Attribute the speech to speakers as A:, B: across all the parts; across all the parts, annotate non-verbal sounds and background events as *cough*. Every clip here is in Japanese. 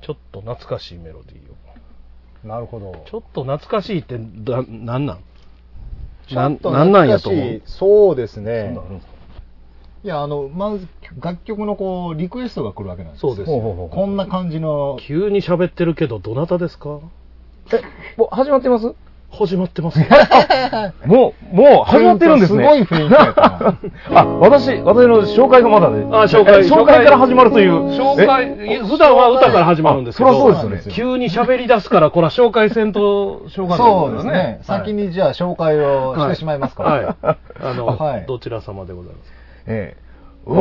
A: ちょっと懐かしいメロディーを。
B: なるほど。
A: ちょっと懐かしいってだ、なんなん
B: ちょっと
A: な
B: 懐
A: んなんや
B: かし
A: と思う
B: い。そうです
A: そん
B: ね
A: なんあ。るんですか
C: いや、あの、まず、楽曲のこう、リクエストが来るわけなんです
A: そ
C: よ
A: うです
B: ほうほうほう
C: こんな感じの、
A: 急に喋ってるけど、どなたですか
B: え、もう始まってます
A: 始まってますよ。
B: もう、もう始まってるんですね。
C: なんかすごい雰囲気やった
B: あ、私、私の紹介がまだね。
A: あ紹介
B: え紹介から始まるという。
A: 紹
B: え
A: 介、普段は歌から始まるんですけど、
B: あそらそうです
C: ね
B: よ
A: 急に喋り出すから、これは紹介せんと、しょうがない
C: そうですね。先
A: に、
C: にじゃあ紹介をしてしまいますか
A: はい
C: ら。。
A: あの、
C: はい
A: どちら様でございますか。
B: ええお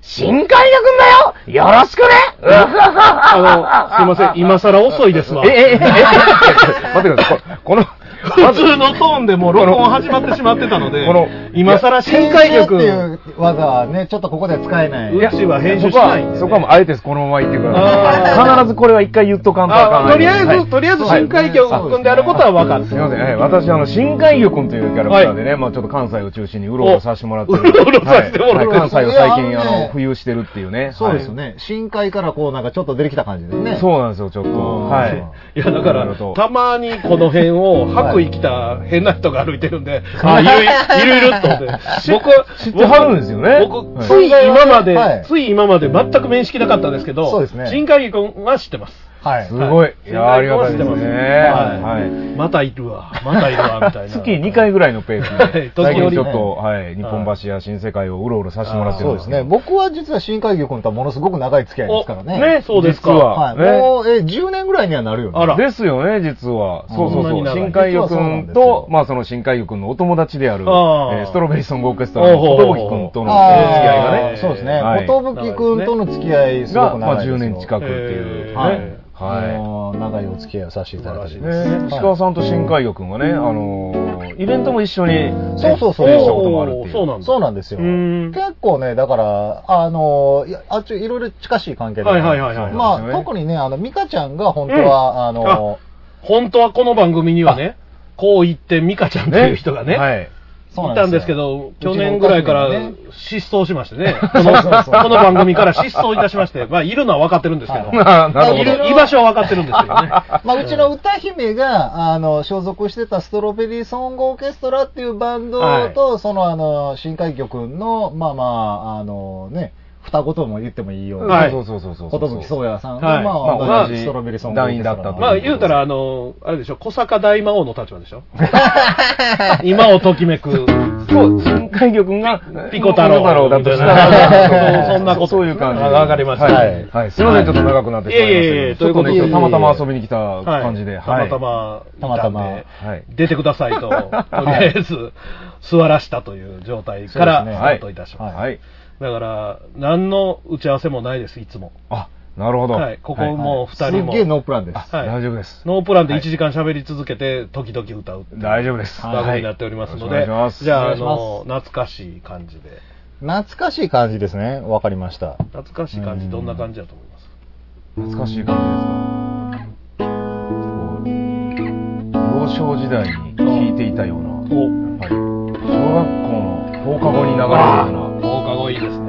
B: 新海魚くんだよよろしくねうわふわふわ
A: あの、すいません、今更遅いですわ。 *laughs*
B: え、え、え、え、待ってください。ここの、
A: 普通のトーンでもう録音始まってしまってたので、
B: この
A: 今更新海
C: 編集って
A: 力、
C: いう技はね、ちょっとここでは使えない。
A: いや私は *laughs* 編集し
B: そこ
A: ないんでね
B: は、そこはもうあえてこのまま言ってくださ
A: あ
B: い。
A: ー
B: 必ずこれは一回言っとかんとあかん
A: あとりあえず、
B: はい
A: とりあえず
B: はい
A: 新海力を組んであることは分かっ
B: す
A: て
B: み
A: る。
B: ません、はい、私、あの、新海魚くんというキャラクターでね、まあちょっと関西を中心にうろうろさせてもらってる。
A: おうろうろさせてもらってる
B: はいはい関西を最近、あ
C: いやあのね
B: の、浮遊してるっていうね。
C: そうですよ
B: ね。
C: ね。深海からこう、なんかちょっと出てきた感じですね。
B: そうなんですよ、ちょっと。
C: うん
B: はい。
A: いや、だか
B: なる
A: ら
B: ほど、
A: たまにこの辺を、白衣着た変な人が歩いてるんで、あ、いるいるいると思って。僕は、
B: 知ってはるんですよね
A: 僕、
B: はい
A: つい今ま
C: は
A: で
C: い、
A: つい今まで全く面識なかったんですけど、
C: そうですね
A: 新海君は知ってます。
C: はい
B: す。ごい。いや、ありがたい
A: 知っ
B: で
A: て
B: す
A: ます
B: ね。
A: は
B: はい。
A: い。またいるわ、またいるわ、みたいな。
B: *laughs* 月2回ぐらいのペース
A: *laughs* はい
B: で、最近ちょっ
C: 時
B: と、
C: 々
B: はい、日本橋や新世界をうろうろさせてもらってる
C: そ
B: ん
C: う
B: で
C: ですす
B: ね。
C: ね。僕は実は深海魚君とはものすごく長い付き合いですからね。
A: おねそうですか。
B: 実は
C: はい。
B: ね
C: もう、え、10年ぐらいにはなるよね。
A: あら
B: ですよね、実は。そうそう
A: そんな
B: そ
A: に長
B: う。
A: い
B: 新海魚く
C: 実はそ
B: ん
C: うなんで
B: と
C: すよ、
B: まあその新海魚くんのお友達である、え
A: あー
B: ーストロベリーソングオーケストラの
A: おうおうおう
B: 寿くんとの付き合いが
C: あ
B: ね
C: ー、そうですね。
B: はい
C: ことぶき君との付き合い、すご
B: が、
C: く
B: まあ
C: 長いですよ。
B: 10年近くっていうね。
C: はい
B: はい。
C: もう長いお付き合いをさせていただいており
A: ね
C: ます。
B: ね
C: はい
B: 石川さんと新海魚くんはね、あのー、イベントも一緒にね、
C: そうそうそう
B: 出演したこともあるってい
A: おーそう
B: う。
A: なんだ。
C: そうなんですよ。
A: うん
C: 結構ね、だから、あの、いやあっちいろいろ近しい関係で。
A: はいはいはいはい
C: ま
B: そうですよ
C: あ、
B: ね
C: 特にね、あの、ミカちゃんが本当は、あの、
A: 本当はこの番組にはね、こう言ってミカちゃんっていう人がね、 *laughs*
B: はい。
C: そう
A: い
C: な
A: た
C: ん
A: ん
C: で
A: ですす
C: よ
A: けど、去年ぐらいから失踪しまして
C: *laughs*
A: ね、こ
C: そう
A: の
C: そうそう
A: この番組から失踪いたしまして、まあ、いるのは分かってるんですけど、
C: は
B: なるほ
A: い
B: ど。
A: る居場所は分かってるんですけどね。
C: まあ、うちの歌姫が、あの、所属してたストロベリーソングオーケストラっていうバンドと、
A: は
C: その、あの、新海魚くんの、まあまあ、あのね、双子とも言ってもいいよう
A: は
C: な、
A: い
B: そうそうそうそうそう。
C: ことぶきそうやさん
A: は
C: が、
A: い
C: ま
B: ま
C: あ、
B: あ
C: 同じストロベリーソングオ
B: 団
C: ーケ
B: 員
C: ス
B: だ
C: ト
B: っ
C: ラ
B: たと
C: の。
B: いう
A: まあ言うたら、あの、あれでしょ、小坂大魔王の立場でしょ
C: *laughs*
A: 今をときめく。
B: そう、新海魚くんが、
A: ピコ太郎
B: ピだとした
C: みたい
B: ら
C: な、
A: そんなこと
B: そういう感じ。
A: あわかりました
B: はい。はいすいません、ちょっと長くなって
A: い
B: しまいましたけど。
A: えいえいえ
B: ちょっとね、
A: ということで
B: 今日たまたま遊びに来た感じで、
A: たまた
B: は
A: ま、
C: たまたま
B: はい
A: 出てくださいと、とりあえ
C: *laughs*
A: ず、座らしたという状態か
C: そう
A: ら
C: で
A: ス
C: す
A: タ
C: ね
A: ートいたし
B: い。
A: ます。
B: はい。
A: だから、何の打ち合わせもないです、いつも。
B: あ、なるほど。
A: はい、ここも二
C: す
A: 人
C: っ
A: も。
C: げえノープランです。
A: はい
B: 大丈夫です。
A: ノープランで
B: は
A: 1
B: い
A: 時間喋り続けて、時々歌うっていう
B: 大丈夫です。
A: 番組になっておりますの
B: は
A: で、
B: いよろしくお願いします
A: じゃあ、あ
C: お願いし
A: の、懐かしい感じで。
C: 懐かしい感じですね。わかりました。
A: 懐かしい感じ、どんな感じだと思います
B: 懐かしい感じですか。こう幼少時代に聴いていたような、やっ
A: お
B: ぱり小学校の放課後に流れるような、
A: 放課後いいですね。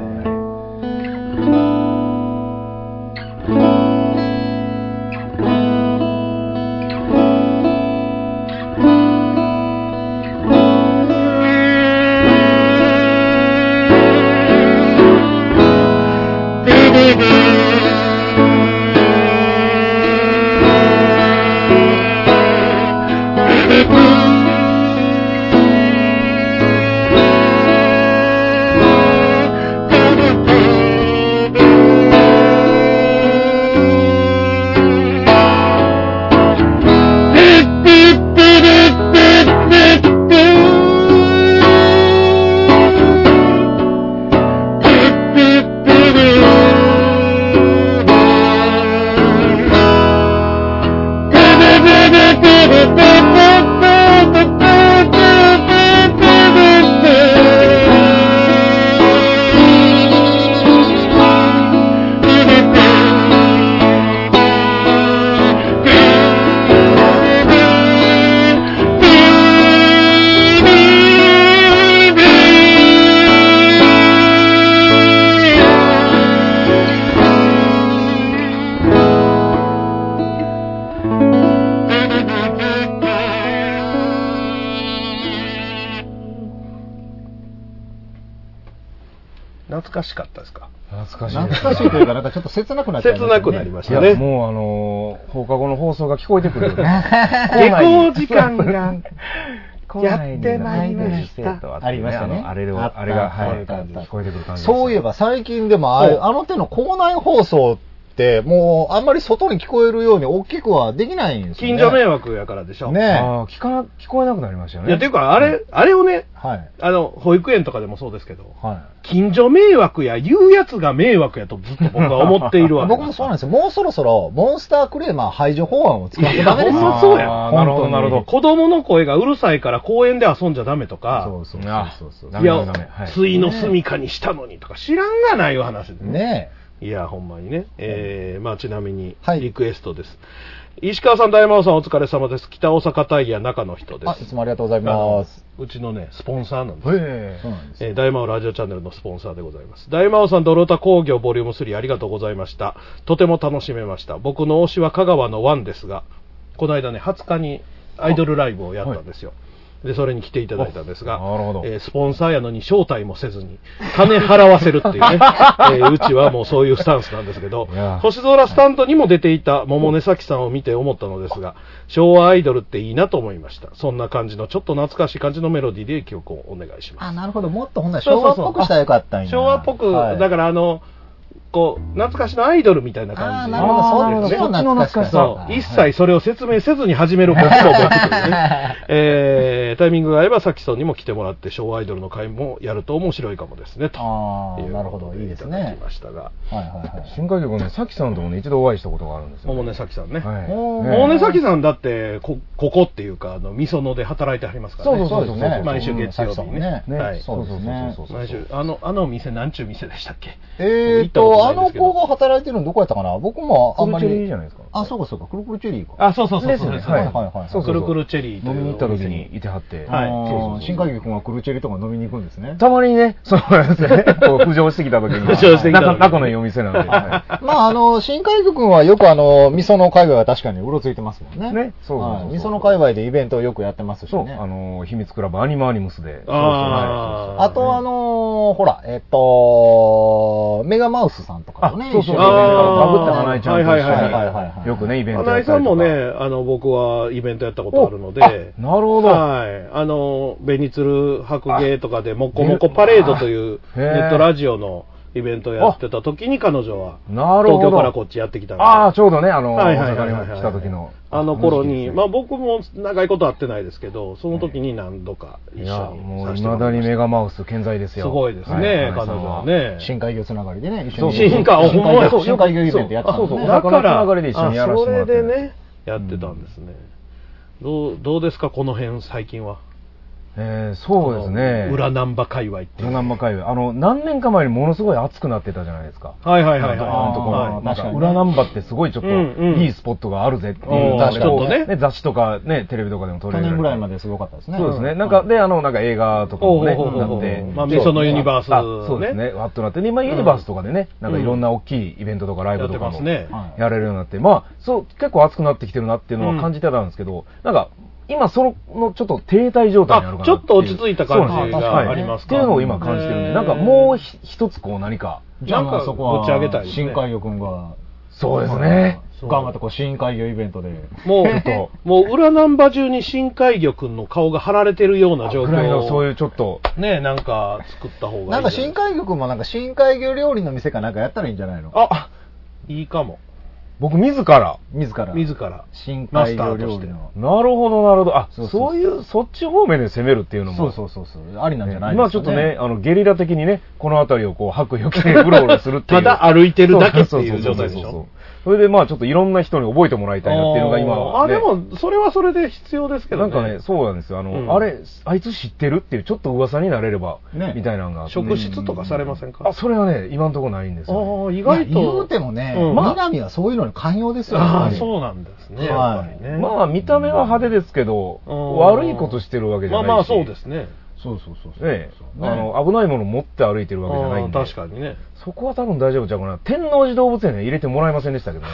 D: Thank you.
A: 懐かしかったですか
B: 懐かしいですね。
C: 懐かしいというか、なんかちょっと切なくなっちゃいま
A: 切
C: すね
A: なくなりまし
B: い
A: た
B: や、
A: ね。
B: もうあのー放課後の放送が聞こえてくるよ
C: *laughs*
B: ね。
A: 下校時間が。
B: やって
A: ま
B: ま
A: い
B: い
A: り
B: り
A: ま
B: ま
A: し
B: したた。
C: ありましたね
B: のあれを
C: あった
B: あれが、は
C: あっ
B: い、
C: たあった
B: 聞こえてくる感じです
C: そういえば最近でもあれ
A: お
C: あの手の校内放送って、もうあんまり外に聞こえるように大きくはできないんですよ
A: 近
C: ね。
A: 所迷惑やからでしょ。
C: ね
B: あー聞かな聞こえなくなりましたよ
A: い
B: ね。
A: や、ていうか、あれ、あれをね、
C: はい。
A: あの、保育園とかでもそうですけど、
C: は
A: 近所迷惑や言うやつが迷惑やとずっと僕は思っているわけ
C: い。
A: *laughs*
C: 僕もそうなんですよ。もうそろそろ、モンスタークレーマー排除法案を使っ
A: い
C: て
A: や
C: ダメです
A: ほん
C: よ。
A: まそうやん
B: あーなるほ
C: 本
B: ど、
C: 当
B: な
C: に
B: るほど。
A: 子供の声がうるさいから公園で遊んじゃダメとか、
C: そうそう
B: あ
C: そうそう
B: ダ
A: い
B: メ
A: や、
B: ダメダメはい
A: ついの住みかにしたのにとか知らんがないよ話で
C: ね
A: いや、ほんまにね。えー、まあちなみに
C: は、い
A: リクエストです。石川さん、大魔王さんお疲れ様です。北大阪タイヤ中の人
C: え。
A: で
C: あ、
A: す
C: い。つもありがとうござい
A: あの
C: ます。
A: うちのね、スポンサーなんです。
B: へ
C: そうなんですよ。
A: えー大魔王ラジオチャンネルのスポンサーでございます。大魔王さん、ドロータ工業ボリューム3ありがとうございました。とても楽しめました。僕の推しは香川のワンですが、この間ね、20日にアイドルライブをやったんですよ。で、それに来ていただいたんですが、
B: あなるほど
A: えースポンサーやのに招待もせずに、金払わせるっ
B: *laughs*
A: ていうね、えーうちはもうそういうスタンスなんですけど
B: いや、
A: 星空スタンドにも出ていた桃根咲さんを見て思ったのですが、昭和アイドルっていいなと思いました。そんな感じの、ちょっと懐かしい感じのメロディーで曲をお願いします
C: あ、。なるほど。もっとほんなら昭和っぽくしたらよかったんや。
A: 昭和っぽく、
C: はい
A: だからあの、こう、懐かしのアイドルみたいな感じ。
C: あーなるほ
B: あーなる
C: ど。
B: ほど
C: そっちの懐かしさ。
A: そう。
C: はい
A: 一切それを説明せずに始める僕と僕という
C: *laughs*
A: ね。えー、タイミングが合えば、さきさんにも来てもらって、昭和アイドルの会もやると面白いかもですね、と。
C: ああ、なるほ
A: と
C: ど。
A: うこと
C: いいです
A: いただ
C: ね
A: き。ましたが。
C: はいはいはい。
B: 新海局ね、さきさんともね、一度お会いしたことがあるんですよ。
A: 桃根咲さんね。
B: はい。
C: おー
B: ね
A: 桃根咲さんだって、こ、ここっていうか、あの、みそので働いてはりますからね。
B: そうそうそうそう
A: 毎週月曜日
C: そうそ
A: に
C: うね
A: ね。
B: ね
A: はい。
C: そうですね
B: そうそうそう
A: 毎
B: そう
A: 週、あの、あの店、なんちゅう店でしたっけ
C: えー
A: 行ったこと
C: と、
A: な
C: あ
A: いんで
C: の
A: すけど
C: 子が働いてるのどこやったかな僕もあんま
B: クルチェリー
C: り
B: じゃ。ないですか。
C: あ、そうかそうか、クルクルチェリーか。
A: あ、そうそうそうそう。
B: です
A: そ
B: ね
A: うで
B: はい
A: す
C: はいはい
B: そう
A: くるくるチェリーという
B: 飲みに行った時
A: お店
B: にいてはって。
A: はい
C: あー
B: そうそうそう
C: 新海劇君はクルチェリーとか飲みに行くんですね。
B: たまにね、 *laughs* そうですね、こう浮上してきた時に
A: *laughs*
B: は、
A: 浮上してきた時
B: 中中のいいお店なんで、
A: *laughs*
B: は
C: まあ、あの、新海劇君はよくあの、味噌の界隈は確かにうろついてますもんね。
B: いね、そうそう
C: は
B: そ
C: いう味噌の界隈でイベントをよくやってますし
B: そう、
C: ね
B: あ。のー、秘密クラブアニマアニムスで、
A: あー
C: あと、あのーほら、えっと、メガマウスさんとか
B: あ
C: もね、
B: そうそうそ
C: 一緒
B: う、
C: に
A: あー
B: バグった花井ちゃんと
A: はいはい
C: はいはい
B: 一緒
C: は
B: に、
C: い
B: よくね、イベント
A: 花
B: や
A: 井
B: った
A: さん
B: りとか
A: もね、あの、僕はイベントやったことあるので、
B: なるほど。
A: はい。あの、ベニツル白芸とかで、もこもこパレードという
B: あへ
A: ネ
B: ー
A: ットラジオのイベントをやってた時に彼女は、
B: なるほ
A: 東
B: ど。
A: 京からこっちやってきたので
B: ああ、ちょうどね、あのー、
A: はいは
B: 大
A: いはいはい
B: 阪に来た時の。
A: あの頃
B: 時期
A: に、
B: ですね
A: まあ僕も長いこと会ってないですけど、その時に何度か一緒
B: い
A: に
B: や、も
A: さ
B: う、
A: せ
B: い
A: ても
B: ま
A: ら
B: だ
A: いま
B: に
A: した
B: メガマウス健在です
A: す
B: よ。
A: ごいです
B: は
A: ね、彼
B: 花井さ
A: 女
B: ん
A: はね。
C: 深海魚つながりでね、一緒
B: そう
C: に。
B: そう
A: 新海、ほんまや。
C: そう深海魚イベントやってた
B: そ
C: も
B: う
C: ん
B: そう
C: ね。
B: そう
A: だから、
B: お腹の流れで一緒にやらせてもらって
A: あそれでね、やってたんですね。どう、どうですか、この辺、最近は。
B: えーそうですね。
A: 裏ナンバ界隈ってい
B: ジョ
A: う。
B: ナンマ界隈。あの、何年か前にものすごい熱くなってたじゃないですか。
A: はいはいはいはい。
B: あのところ
A: は
C: ー
A: い
B: なん
C: 確か
B: か、
C: にね
B: 裏ナンバってすごいちょっ
A: うんうん
B: と、いいスポットがあるぜっていう
A: うん
B: なんかこう
A: ちょっとね
B: 雑誌とかね、テレビとかでも撮れ
C: 去
B: る
C: 年ぐらいまですごかったですね。
B: そうですね。なんか、で、あの、なんか映画とか
A: ほうほ
B: も
A: う
B: ね、
A: ほうほう
B: なって。
A: まあ、
B: そう
A: みそのユニバース、
B: あそうですね。。わっとなって。で、今、ユニバースとかでね、なんかいろんな大きいイベントとかラ
A: や
B: イブ
A: って
B: とか
A: ます
B: も
A: ね。
C: はい
B: やれるようになって、まあ、そう、結構熱くなってきてるなっていうのは感じてたんですけど、なんか、今、その、のちょっと停滞状態にあるかな
A: あちょっと落ち着いた感じ
B: そうなんです
C: が
B: よはい
C: あります
A: か
B: っていうのを今感じてるん
A: へー
B: で、なんかもうひ一つこう何か、
C: じゃあ、
A: なん
C: ま
A: か
C: あそこは、
A: 持ち上げたいですね
C: 新海魚くんが、
B: そうですね。
A: そう
C: 頑張ってこう、深海魚イベントで。
A: も
B: ちょっと
A: う、もう裏ナンバ中に深海魚くんの顔が貼られてるような状況。
B: ぐらいのそういううちょっと、
A: ね、なんか作った方がいい。
C: なんか深海魚くんもなんか深海魚料理の店かなんかやったらいいんじゃないの
A: あ、いいかも。
B: 僕自ら、
C: 自ら。
A: 自ら。
C: 深海魚料理の。
B: なるほどなるほど、あ、
C: そ
B: そうう
C: そうそう
B: いう、そっち方面で攻めるっていうのも。
C: そうそうそうそう。ありなんじゃない
B: 今
C: です
B: ち
C: か、
B: ょっとね、あの、ゲリラ的にね、この辺りをこう、白余計うろうろするっていう。
A: ただ歩いてるだけっていう状態でしょ
B: そうそうそうそうそうそれでまあ、ちょっといろんな人に覚えてもらいたいなっていうのが今、
A: あー、
B: ね
A: あでも、それはそれで必要ですけど
B: なん
A: ね。
B: かね、そうなんですよ。あの、
A: うん
B: あれ、あいつ知ってるっていう、ちょっと噂になれれば、
C: ね
B: みたいなのがあって。
A: 職質とかされませんか
B: あ、それはね、今のところないんですよ、ね。
A: ああ、意
C: 意外
A: 外
C: と。
A: と。
C: 言うてもね、
A: うんまあ
C: 南はそういうのに寛容ですよ、やっ
A: あ
C: ぱ
A: あ、
C: り
A: そうなんですね。
C: はい
A: やっぱりね
B: まあ、見た目は派手ですけど、
A: うん
B: 悪いことしてるわけじゃ
A: ま
B: な
A: あ
B: いし。
A: まあ、そうですね。
C: そうそうそうそう。
B: ね
C: そう
B: あの、危ないもの持って歩いてるわけじゃない
A: あ
B: ん
A: あ
B: で。
A: 確かにね。
B: そこは多分大丈夫ちゃうかな。天王寺動物園には入 *laughs* れてもらえませんでしたけどね。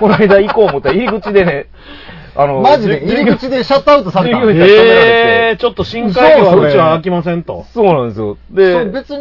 B: この間行こう思ったら入り口でね、あの
C: マジで
B: じ
C: 入り口でシャットアウトされた
B: 授業
C: の
B: にえ
A: えー、ちょっと深海魚はうちは飽きませんと。
B: そうなんですよ。
C: そ
B: で
C: う、別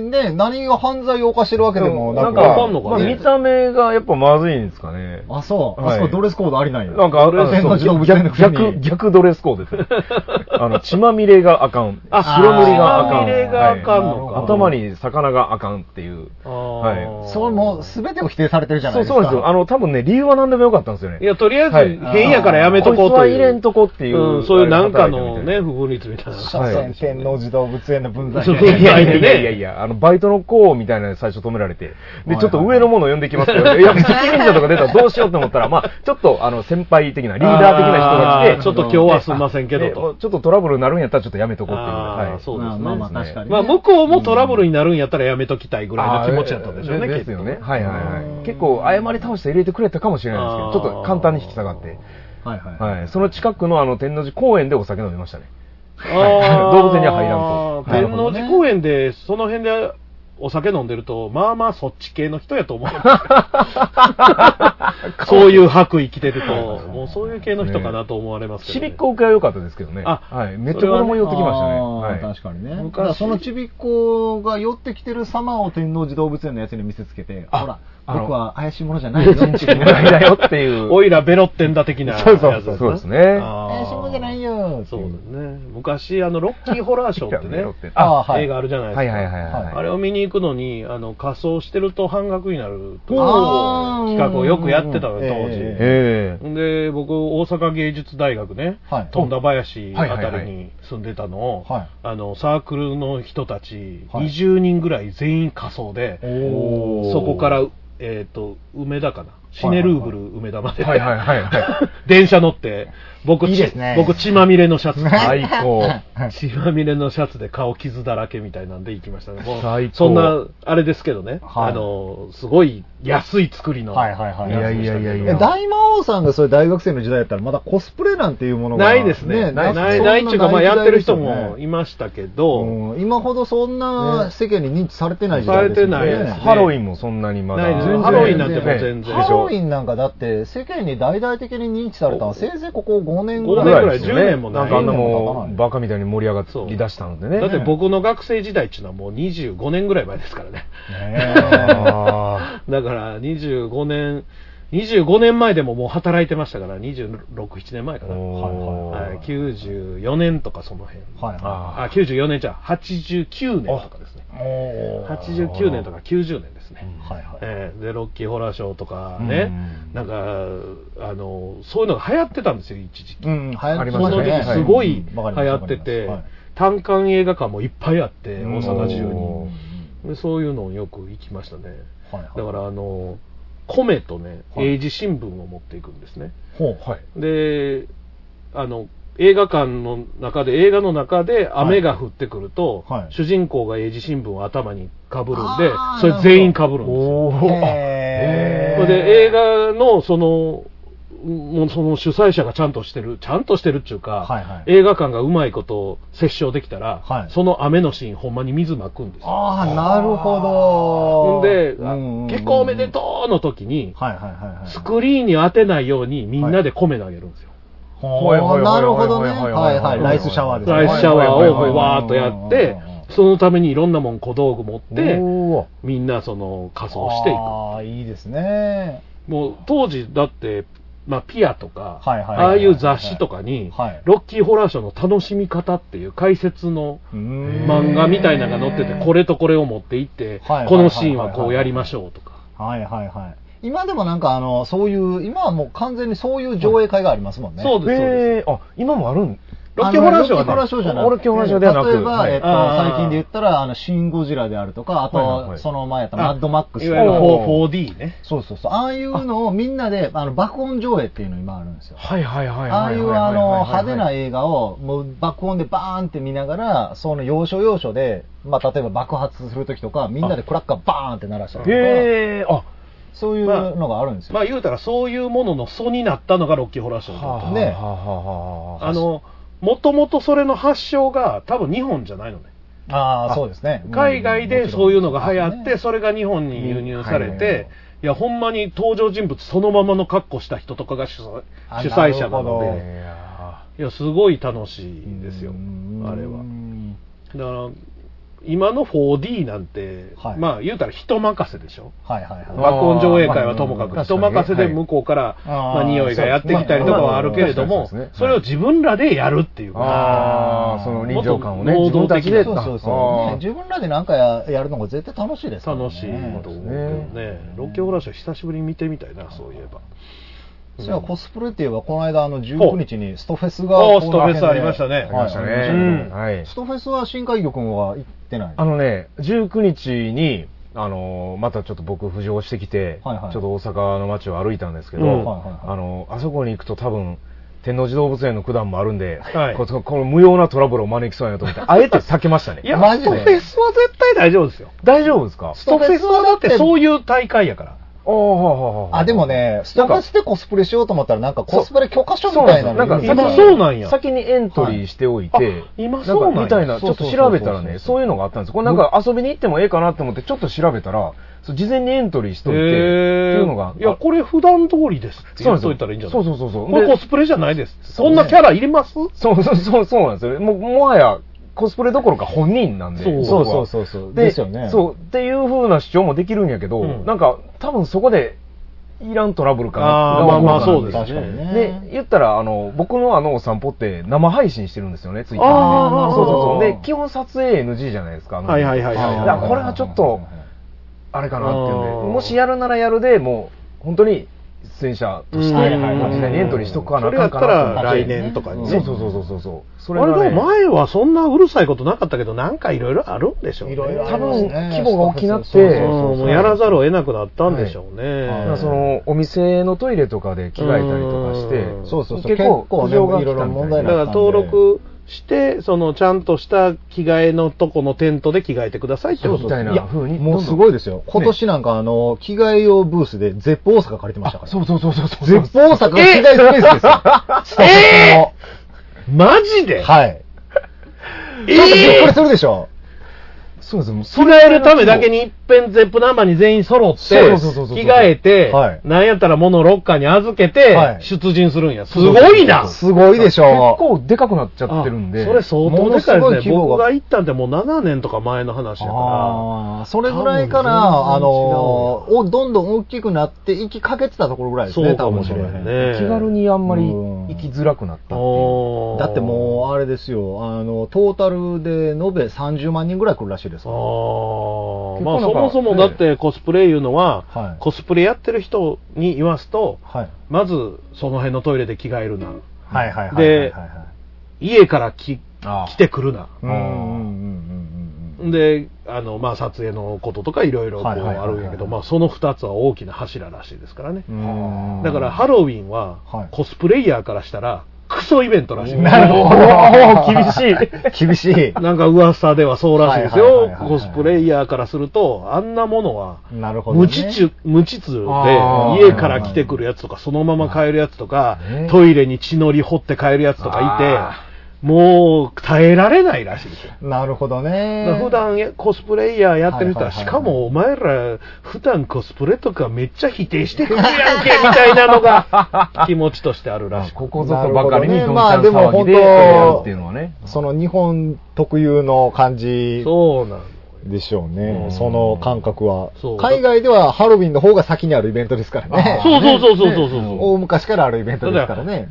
C: にね、何が犯罪を犯してるわけでもな
B: な
C: く。
B: ん
A: かわかんのか
B: か、まあ
A: ね
B: 見た目がやっぱまずいんですかね。
C: あ、そう。
B: はい
C: あそこドレスコードありなんや。
B: なんか、あ
C: ドレスの
B: の
C: 自動部隊のく
B: 逆、
C: せ
B: 逆、
C: に。
B: 逆ドレスコードですね。
C: *laughs*
B: あの、血まみれがあかん。
A: あ
B: 白塗りがあかん。
A: 血まみれがあかんのか
B: はい頭に魚があかんっていう。
A: あー
B: はい
C: それもう全てを否定されてるじゃな
B: そ
C: いうですか。
B: そうなんですよ。あの、多分ね、理由は何でもよかったんですよね。
A: いや、とりあえ
B: は
A: ず
B: い
A: 変やからやめとこう
B: こいつ
A: と
B: は
A: いう。
B: 入れんとこっていう。
A: んそういうなんかのね、
B: はい
A: 不分率みたいな。
C: 所詮天皇児童物園の分際
A: そう
B: い
A: そう
B: やいやいやい
A: ね
B: やいやいや、あの、バイトの子みたいなの最初止められて、
C: はい
B: で、
C: はい
B: ちょっと上のもの呼んできますけど、 *laughs* いや、責任者とか出たらどうしようと思ったら、まあ、ちょっと、あの、先輩的な、リーダー的な人が来
A: あ
B: て、
A: ちょっと今日はすんませんけど
B: でも
A: と
B: う。ちょっとトラブルになるんやったらちょっとやめとこうっていう。
A: あ
B: は
A: あ、
B: い。
A: そうですね。
C: ま
A: ま
C: あ
A: あ
C: まあ確かにね。
A: 向こうもトラブルになるんやったらやめときたいぐらいの気持ちだったんでしょうね、
B: あーええ
A: きっ
B: です
A: と
B: よね。はいはい
C: うん
B: はい。結構、誤り倒して入れてくれたかもしれないですけど、
A: あ
B: ち
A: ー
B: ょっと簡単に引き下がって。
C: はいはい。
B: はい。その近くのあの、天王寺公園でお酒飲みましたね。
A: あー
B: *laughs* 動物園には入らんと
A: あー天王寺公園で、その辺でお酒飲んでると、まあまあそっち系の人やと
B: *laughs*
A: 思う。 *laughs* そういう白衣着てると、もうそういう系の人かなと思われますけ
B: ち
A: ど、ね。
B: びっこ受けは良かったですけどね。
A: あ
B: はい。めっちゃ子供寄ってきましたね。はい。
C: あー確かにね。
A: 昔
C: だからそのちびっ子が寄ってきてる様を天王寺動物園のやつに見せつけて、
B: あ
C: ほら、
B: あの
C: 僕は怪しいものじゃないよって
B: 人ぐ *laughs* らいだよっていう。
A: おいらベロってんだ的なやつ
B: そうそうそうそうですね
A: あ
C: 怪しい
A: ー
C: ものじゃないよって
A: そう
C: い
A: で
C: う
A: すね。昔、あの、ロッキーホラーショーって
B: いや
A: ね
B: ロッテ、
C: あ
B: あ、
C: はい
A: 映画あるじゃないですか。
B: はいはいはいはい。
A: あれを見に行くのに、あの、仮装してると半額になると
C: あー
A: 企画をよくやってたのよ、当時。
C: え
B: ええ
A: で、僕、大阪芸術大学ね、
C: はい
A: 富田林
B: はい
A: あ
B: はいはい
A: たりに住んでたのを、
C: はい
A: あの、サークルの人たち、
C: はい
A: 20人ぐらい全員仮装で、
C: お
B: ー
A: そこから、えっ、と、梅田かな、シネルーブル梅田まで、
B: はいはいは
C: *laughs*
B: いは
A: *laughs* 電車乗って、僕、
C: いい
A: ち
C: ですね
A: 僕、血まみれのシャツ。
B: い。最高。
A: *laughs* 血まみれのシャツで顔傷だらけみたいなんで行きましたね。もう
B: 最高
A: そんな、あれですけどね、
C: はい
A: あの、すごい安い作りの。
C: *laughs* はいはいはい
B: いやいやいやい
C: え
B: や。
C: 大魔王さんがそれ大学生の時代だったらまだコスプレなんていうものが
A: ないですね。ない、
C: そん
A: ない、ないっていうか、まあ、
C: 時
A: やっ
C: 代
A: てる人
C: ですよね
A: もいましたけど、
C: うん今ほどそんな
B: ね
C: 世間に認知されてない時代ですよね。
A: されてないです
B: ハロウィンもそんなにまだ。
A: ないです
C: 全然
A: ハロウィンなんてもう全然。
B: ね
C: ハロウィンなんかだって世間に大々的に認知されたのはせいぜいここ5年
A: 5
C: ぐら
A: 年
C: い
A: ぐらい
C: です
B: ですよ
A: 10年もない
B: なんかあんな
C: 10年も経た
B: も、
C: ないう
B: バカみたいに盛り上が
A: そ
B: っ
A: う
B: り出したんでね。
A: だって僕の学生時代っていうのはもう25年ぐらい前ですからね。
B: あ
A: *laughs* だから25年、25年前でももう働いてましたから、26、7年前か
B: ー
A: な。
B: お
A: は
B: ー
A: い、94年とかその辺。
C: はいは
A: あ
B: あ
A: 94年じゃん89年とかですね
C: い。おー
A: 89年とか90年ですね、
C: はいはい。
A: えーでロッキーホラーショーとかね
B: うん
A: なんかあのそういうのが流行ってたんですよ一時期、
C: うん、流行
B: あり
A: そ
B: ました
A: の時
B: ね
A: すごい
C: うん
A: 流
C: わかり
A: 行
C: ます
A: ってて、
C: わか
A: 単館映画館もいっぱいあって
C: うん
A: 大阪中
C: り
A: に
C: ます
A: でそういうのをよく行きましたね
C: はいはい
A: だからあの米とね
C: はい
A: 英字新聞を持っていくんですね、
C: ほ
B: はい。
A: であの映画館の中で映画の中で雨が降ってくると、
C: はいはい
A: 主人公が英字新聞を頭にかぶるんで
C: あー
A: それ全員かぶるんですよ
B: お
C: う。
B: ー。
C: へー
A: それで映画のそのもうその主催者がちゃんとしてるちゃんとしてるっていうか、
C: はいはい
A: 映画館がうまいこと接触できたら、
C: はい
A: その雨のシーンほんまに水まくんですよ
C: ああ、なるほ
A: ほ
C: ど。
A: んで「
C: うんうんうん
A: 結婚おめでとう!」の時に、
C: はいはいはいはい。
A: スクリーンに当てないようにみんなで米投げるんですよ、
C: ほうなるほどね。
B: はいはい
C: は
B: はいい
C: は。
B: はいい
C: ライスシャワーですね。
A: ライスシャワー
B: はいはいはいは
A: を
B: い
A: わーっとやって、そのためにいろんなもん小道具持って、
B: おー
A: みんなその仮装していく。
C: ああ、いいですね。
A: もう当時だって、まあ、ピアとか、
C: はいはいはいはい
A: ああいう雑誌とかに、
C: はい
A: ロッキーホラーショーの楽しみ方っていう解説の漫
C: 漫
A: 画みたいなのが載ってて、これとこれを持っていって
C: はいはいはいはい、
A: このシーンはこうやりましょうとか。
C: はいはいはい。今でもなんかあの、そういう、今はもう完全にそういう上映会がありますもんね。
A: そうです、そうです。
B: えーあ、今もあるん
A: ロッキーホラーショー
C: あ
A: は
C: のロッキーホラーショーじゃなくて例
B: ロッキーホラーショーではなく
C: えば、
B: はい
C: えっと、
A: あー
C: 最近で言ったら、あの、シン・ゴジラであるとか、あと、
B: はいはいはい
C: その前やったマッドマックス
A: い
C: と
A: わゆる
C: か、
B: ほう
A: 4D ね。
C: そうそうそう、ああいうのをみんなで、あの、爆音上映っていうの今あるんですよ。
B: はいはいはい
C: ああいうあの派手な
B: 映
C: 映画をもう爆音でバーンって見ながら、その要所要所で、まあ例えば爆発するときとか、みんなでクラッカーバーンって鳴らしたりとか、
B: へえあ
C: そういうのがあるんですよ。
A: まあ言うたらそういうものの素になったのがロッキーホラーショーだと
B: はあ
C: ね
B: はあはあはあ
A: あの、もともとそれの発祥が多分日本じゃないのね。
C: ああ、そうですね。
A: 海外でそういうのが流行
C: うん
A: って、それが日本に輸入され
B: はいはいは
A: て
B: い、
A: いや、ほんまに登場人物そのままの格好した人とかが主催主催者なの
C: な
A: で
C: るほど。
B: や
A: いや、すごい楽しいんですよ
C: うーん、
A: あれは。だから、今の 4D なんて、
C: はい
A: まあ、言うたら人任せでしょ。
C: はいはいはい。
B: まあ
A: 爆音上映会はともか
B: ま
A: く、
B: あ
A: 人任せ
B: 確かに
A: で
B: はい
A: 向こうから、
C: あー
A: まあ、匂いがやってきたりとかはあるけれども
B: そうまあまあまあ、
A: それを自分らでやるっていう
B: ー
A: か、
B: ああ、その臨場感をね、
A: もっ
B: 自
A: と
B: 分
A: 能動
B: た
A: 的
B: ち
A: な
B: で。
C: そうそうそう、
B: あ
C: ね
B: ー
C: 自分らでなんかややるのが絶対楽しいですからね、
A: 楽しいと思うけど
B: そうで
A: ね。ロッキーホラーショー久しぶりに見てみたいな、そういえば。
C: そういえばコスプレっていえば、この間、あの
A: ほう
C: 19日にストフェスが
A: おー
C: 後楽園で
A: ストフェスありましたね
B: ありましたね。
A: うん
B: はい。
C: ストフェスは新海魚君は行ってない
B: あのね、19日に、あのーまたちょっと僕浮上してきて、
C: はいはい
B: ちょっと大阪の街を歩いたんですけど、
A: うん
C: はいはいはい
B: あのーあそこに行くと多分、天王寺動物園の九段もあるんで、
A: はい
B: ここの無用なトラブルを招きそうやなと思って、あえて避けましたね。
A: いや、
C: マ
A: ス
C: ジ
A: ト
C: で
A: フェスは絶対大丈夫ですよ。
B: 大丈夫ですか
A: ストフェスはだってそういう大会やから。
B: あーはあはあはあ
C: あ、でもね、ストフェスでコスプレしようと思ったら、なんかコスプレ許可書みたいなの
B: そうなんですよ
A: な
B: な
A: か今
B: んんか先
A: そうなんや。
B: 先にエントリーしておい
A: はい
B: て
A: あ、今そうなんや
B: かみたいな、ち
C: そ
B: ょ
C: う
B: っ
C: そうそう
B: と
C: そう
B: 調べたらね、そういうのがあったんです。これなんか遊びに行ってもええかなと思って、ちょっと調べたら、そう事前にエントリーしといて、っていうのが。
A: いや、これ普段通りですって
B: そ
A: 言っ
B: うなんですよ
A: といたらいいんじゃない
B: そうそうそうそう
A: これ
B: で
A: コスプレじゃないです。
B: そう
A: そん
B: ね
A: なキャラいります
B: そうそうそう、そうなんですよ。もう、もはや、コスプレどころか本人なんで。
A: そう
B: 僕は
C: そうそうそうそうですよね
B: そう、っていう風な主張もできるんやけど、
A: うん
B: なんか、多分そこで、いらんトラブルかな。
A: あー
B: が
A: まあまあ
B: 僕は
A: そうですね
C: 確かに
B: で
C: ね。、
B: 言ったら、あの、僕のあのお散歩って生配信してるんですよね、ツイッターで。
A: ああ、
B: そうそうそう。
A: で
B: で、基本撮影 NG じゃないですか。あの
A: はいはいはいはい
B: だからこれはちょっと、あれかなっていうんで
A: あー、
B: もしやるならやるで、もう、本当に出演者として、
A: うん
C: はいはいはい
B: 時代にエントリーしとくかな
A: それやった
B: あかんかな
A: ら
B: と思って
A: 来年とかにね。
B: そうそうそうそうそうそう。そ
A: あれでも前はそんなうるさいことなかったけど、なんかいろいろあるんでしょうね。
C: いろいろあ
B: 多
C: ります
B: 分
C: ね
B: 規模が大きなって、
C: そうそう
A: うん
C: そう
A: もうやらざるを得なくなったんでしょうね。
C: はい
B: まあそのお店のトイレとかで着替えたりとか
A: う
B: し
A: ん
B: て、
C: そうそうそう
B: 結構
C: 結構ね
B: 苦情が来た
C: いろいろ問
A: だ
C: 題にな
A: から
B: み
A: 登録して、そのちゃんとした着替えのとこのテントで着替えてくださいってこと
B: たい
C: いや
B: な風に。
C: もうすごいですよ。今年なんか、あの、着替え用ブースで、ゼップ大阪借りてましたから。
B: そうそうそうそうそう。
C: ゼップ大阪の着替えスペースですよ。
A: えーマジで
C: はい。
A: え
C: なんかびっく
A: ー
C: りするでしょ。
B: そうです。もうそ
A: 着替えるためだけに一遍ゼップナンバーに全員揃って、着
B: そうそうそうそうそう
A: 替えて
C: はい、
A: なんやったら物をロッカーに預けて
C: は、い
A: 出陣するんや。すごいな
C: すごいでしょ
B: 結。構でかくなっちゃってるんで。
A: あそれ相当でか
C: ものすごい
A: いです
C: 規
A: ね。
C: 模が
A: 僕が行ったんでもう7年とか前の話やか
C: ああ、それぐらいから、あ
A: 多分全然違う
C: の、おどんどん大きくなって、行きかけてたところぐら
A: ら、
C: いです
A: そ
C: ね、
A: うかもしれ
C: 多
A: な
C: 分
A: い
C: それ
A: ね。
B: 気軽にあんまり
C: うん
B: 行きづらくなったっていう。
A: おー。
C: だってもう、あれですよ、あの、トータルで延べ30万人ぐらい来るらしいです。
A: ああ、
B: 結構
A: まあ
B: なん
A: そ
B: か
A: もそもだってコスプレいうのは、
C: はい
A: コスプレやってる人に言わすと、
C: はい。
A: まずその辺のトイレで着替えるな、
C: はいはいはいはいはい。
A: で家からき
B: あー
A: 来てくるな、
C: うんうんうんうんうん。
A: で、あの、まあ撮影のこととかいろいろこう
C: はいはいはい
A: あ
C: はい
A: るんやけど、まあその2つは大きな柱らしいですからね。
C: うん
A: だからハロウィンは
C: はい
A: コスプレイヤーからしたらクソイベントらしい。
C: なるほ
B: おー厳し *laughs* い。
C: 厳し
A: *laughs*
C: い。
A: なんか噂ではそうらしいです
C: はいはい
A: よ
C: はいは。い
A: コスプレイヤーからすると、あんなものは
C: なるほど、ね。
A: 無秩序、無秩序
B: あ
A: で、
B: ー
A: 家から来てくるやつとか、そのまま帰るやつとか
B: ね、
A: トイレに血のり掘って帰るやつとか
B: あ
A: いて、もう耐えられないらしいですよ。
C: なるほど
A: だ
C: ね
A: から。普段やコスプレイヤーやってる人は、
C: はいはいはいはい
A: しかもお前ら、普段コスプレとかめっちゃ否定してくるやんけ、みたいなのが、気持ちとしてあるらしい。
B: ここぞとばかりにどんち
C: な
B: ゃ
C: る
B: ん
C: ほどねまあ
B: 騒ぎで
C: でも
B: や
C: 本当
B: るっていうのはね。
C: その日本特有の感じ
A: そうなの。
C: でしょうね
B: う。ん
C: その感覚は
A: そう。
C: 海外ではハロウィンの方が先にあるイベントですからね。
A: そうそうそうそうそうそう。
C: *laughs* 大昔からあるイベントですからね。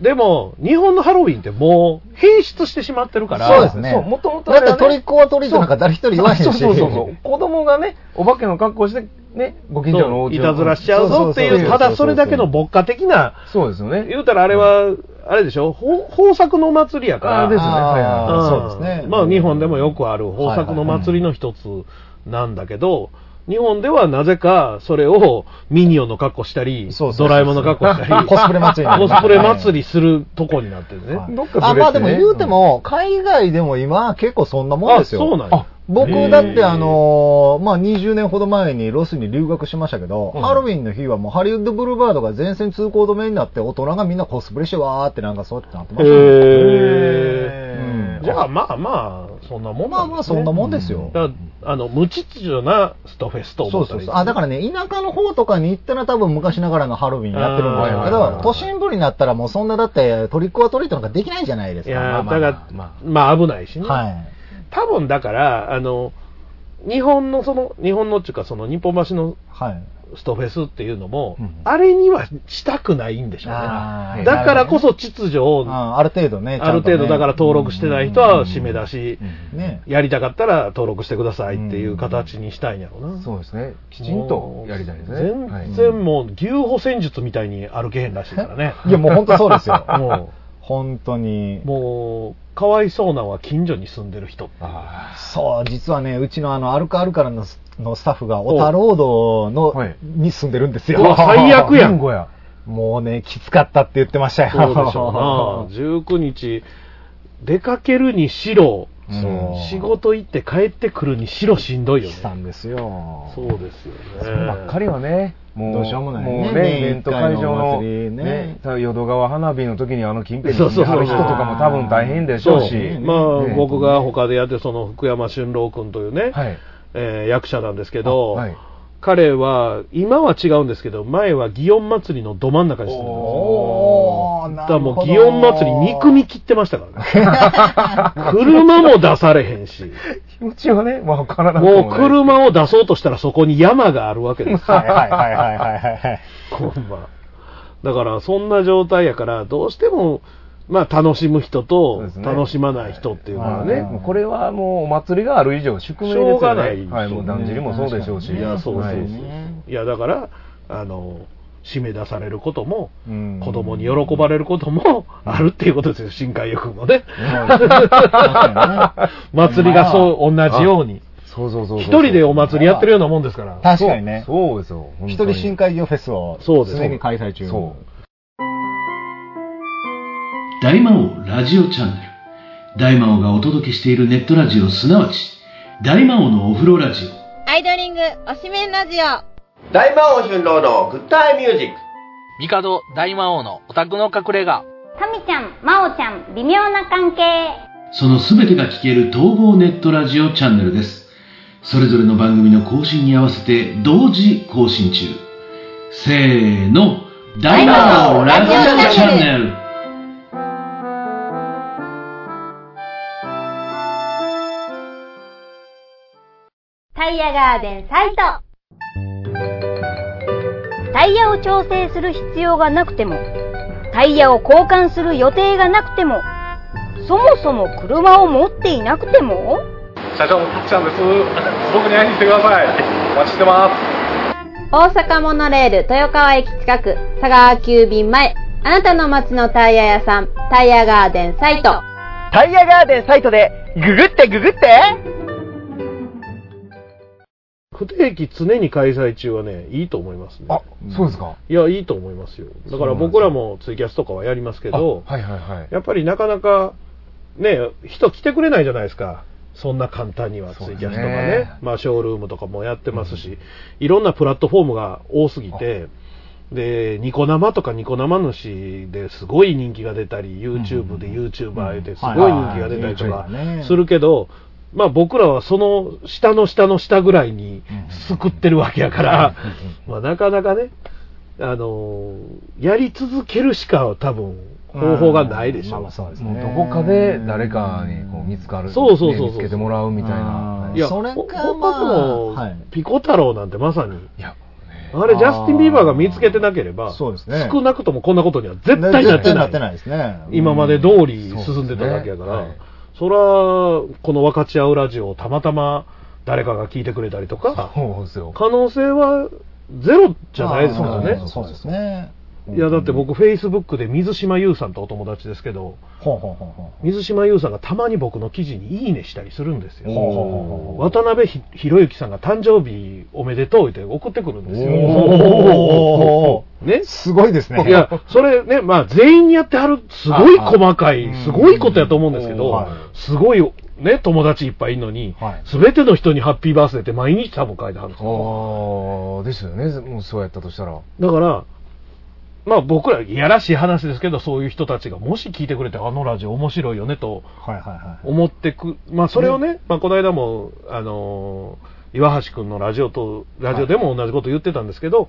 A: でも、日本のハロウィンってもう、変質してしまってるから、
C: そうですね。
B: そう元々
C: だ
B: あ
C: っ
B: れはね
C: てトリックオアトリートなんか誰一人言わへんし。
B: *laughs* そうそうそうそう。子供がね、お化けの格好して、ね、ご近所のお
A: そう
B: 家
A: い
B: を
A: たずらしちゃうぞって
C: そう
A: い
C: そ
A: う、
C: うそうそう
A: ただそれだけの牧歌的な、
B: そうですよね。
A: 言うたらあれは、あれでしょ、ほ豊作の祭りやから、
B: あですね
C: あー
B: はいはい
A: うん
B: は
C: そうですね。
A: まあ日本でもよくある豊作の祭りの一つなんだけど、日本ではなぜかそれをミニオンの格好したり
C: そう、そうそうそう
A: ドラえもんの格好したり、
C: *laughs* コスプレ祭り
A: コスプレ祭りするとこになってるね。
C: はい
B: どっかずれてね
C: あ、まあでも言うても、海外でも今結構そんなもんですよ。
A: あそうなんや
C: 僕
B: へー
C: だってあのーまあ20年ほど前にロスに留学しましたけど、
B: うん
C: ハロウィンの日はもうハリウッドブルーバードが全線通行止めになって大人がみんなコスプレしてわーってなんかそうやってなってましたね、
A: へー
B: へー
C: うん
A: じゃあまあまあ、そんなもん
C: まあまあそんなもんです
B: う
C: よ
B: ん。
A: だからあの、無秩序なストフェスと
C: そ
A: 思
C: う
A: ったら
C: そう
A: いい
C: そう。あ、だからね、田舎の方とかに行ったら多分昔ながらのハロウィンやってるんだ
A: あー
C: け
B: はいはいは
C: ど
B: い、
C: 都心部になったらもうそんなだってトリックオアトリートなんかできないじゃないです
A: いやー
C: か。
B: まあま
A: だ
B: あま
A: か
B: あ
A: ら
B: まあ
A: まあ危ないしね。
C: はい。
A: 多分だから、あの、日本のその、日本のっていうかその日本橋の
C: はい。
A: ストフェスっていうのも、
B: うん
A: あれにはしたくないんでしょうね。
C: あー
A: だからこそ秩序を、
C: あある程度ね、ち
A: あ
C: ゃ
A: る
C: んとね
A: 程度だから登録してない人は締め出し、
B: うん
C: ね。
A: やりたかったら登録してくださいっていう形にしたいんやろうな。
B: そうですね。きちんとやりたいですね。はい
A: 全然もう、牛歩戦術みたいに歩けへんらしいから
B: *laughs*
A: ね。
C: いや、もう本当そうです *laughs* よ。
A: も
C: 本当に
A: う、。もう、かわいそうなんは近所に住んでる人。
B: あ
C: そう、実はね、うちのあの、歩く歩からのスのスタッフが、オタロードの、
B: はい
C: に住んでるんです
A: うわ
C: よ。
A: 最悪やん
B: ビンゴや。
C: もうね、きつかったって言ってましたよ。
A: そうでしょ
B: *laughs*
A: うな。19日、出かけるにしろ、
B: うん
C: そう
A: 仕事行って帰ってくるにしろしんどいよ
C: 悲
A: ね。
C: 惨ですよ。
A: そうですよね。
B: そうばっかりはね、もう、
C: どうしようもないね
B: もう
C: ね
B: ね、イベント会
C: 一
B: 場
C: 回のお
B: の、
C: 祭りね
B: ね、淀川花火の時にあの近辺に
A: そうそうそう
B: ある人とかも多分大変でしょうし、
A: そう
C: ね
A: まあ、
B: ね
A: 僕が他でやって、その福山俊郎君というね、
B: はい。
A: えー役者なんですけど、
B: はい
A: 彼は、今は違うんですけど、前は祇園祭りのど真ん中に住んでまし
C: おー、
A: た。だ
C: な
A: から
C: る
A: もう
C: ほど。
A: 祇園祭り憎み切ってましたからね。
B: *laughs*
A: 車も出されへんし、
B: 気持ちはね、わからなく
A: もう
B: ない
A: 車を出そうとしたらそこに山があるわけ
B: *laughs*
A: ですよ
C: はいはいはいはいはいはい。
A: ほんま。だから、そんな状態やから、どうしても、まあ、楽しむ人
B: そ
A: と
B: うです、ね
A: 楽しまない人っていうの
B: ま
A: は
B: あ
A: ね、
B: ね、もうこれはもうお祭りがある以上宿命ですよね。
A: しょうがない
B: はい、もうだんじりもそうでしょうし。
C: ね
A: いや、そうそう
B: はい
A: そう。いや、だから、あの、締め出されることも、
C: うん
A: 子供に喜ばれることもあるっていうことですよ、新海翼もね。祭りがそう、同じように。
B: そうそうそうそう。
A: 一人でお祭りやってるようなもんですから。
C: 確かにね。
B: そうですよ。
C: 一人深海魚フェスを
A: そうです
C: 常に開催中。
B: そう。
D: 大魔王ラジオチャンネル。大魔王がお届けしているネットラジオ、すなわち、大魔王のお風呂ラジオ。
E: アイドリングおしめんラジオ
F: 大魔王春郎のグッタイミュージック。
G: 帝大魔王のオタクの隠れ家。
H: タミちゃん、マオちゃん、微妙な関係。
D: そのすべてが聞ける統合ネットラジオチャンネルです。それぞれの番組の更新に合わせて同時更新中。せーの、大魔王ラジオチャンネル。
H: タイヤガーデンサイト。タイヤを調整する必要がなくても、タイヤを交換する予定がなくても、そもそも車を持っていなくても、
I: 社長もピッチャーです。僕に会いに来てください。お待ちしてます。
E: 大阪モノレール豊川駅近く佐川急便前あなたの街のタイヤ屋さんタイヤガーデンサイト
J: タイヤガーデンサイトでググってググって
A: 不定期常に開催中はね、いいと思いますね。
B: あ、そうですか。
A: いや、いいと思いますよ。だから僕らもツイキャスとかはやりますけど、
B: あはいはいはい。
A: やっぱりなかなか、ね、人来てくれないじゃないですか。そんな簡単には、ツ
B: そう
A: イ
B: です
A: キャス
B: ね
A: とかね。まあ、ショールームとかもやってますし、いろんなプラットフォームが多すぎて、で、ニコ生とかニコ生主ですごい人気が出たり、YouTube で YouTuber ですごい人気が出たりと
C: はいはいはい
A: かするけど、まあ僕らはその下の下の下ぐらいにすくってるわけやから、 *laughs* まあなかなかね、あのーやり続けるしか多分方法がないでし
C: まあま
A: ょ
C: あ。そうです
B: もう
C: ね。
B: どこかで誰かにこう見つかる。
A: そうそうそうそう
B: ね見つけてもらうみたいな。
C: うん
A: いや、
C: それか
A: お音楽
C: まあ
A: の
C: はい
A: ピコ太郎なんてまさに、
B: いや、
A: あれ、ジャスティン・ビーバーが見つけてなければ、
C: そうですね
A: 少なくともこんなことには絶対なって
C: 絶対
A: な。
C: ないってないですね。
A: 今まで
C: う
A: 通り進んでただけやから、そら、この分かち合うラジオをたまたま誰かが聞いてくれたりとか、
B: そうですよ。
A: 可能性はゼロじゃないですか
C: よ
A: らね。
C: そうですね。
A: いや、だって僕、フェイスブックで水島優さんとお友達ですけど、
C: ほうほうほうほ
A: 水島優さんがたまに僕の記事にいいねしたりするんですよ。
C: ほうほうほ
A: 渡辺ひろゆきさんが誕生日おめでとうって送ってくるんですよ。
C: お
A: ね
C: う。。すごいですね。
A: いや、それね、まあ全員やってはる、すごい細かい、すごいことやと思うんですけ
C: うん
A: ど
C: はい、
A: すごいね、友達いっぱいいるのに
C: はい、
A: すべての人にハッピーバースデーって毎日多分書いてはるんですよ。
B: ああ、ですよね。もうそうやったとしたら。
A: だから、まあ僕ら、いやらしい話ですけど、そういう人たちがもし聞いてくれて、あのラジオ面白いよねと
C: はいはいはい。
A: 思ってく、まあそれをね、まあこの間も、あのー岩橋くんのラジオと、ラジオでも同じこと言ってたんですけど、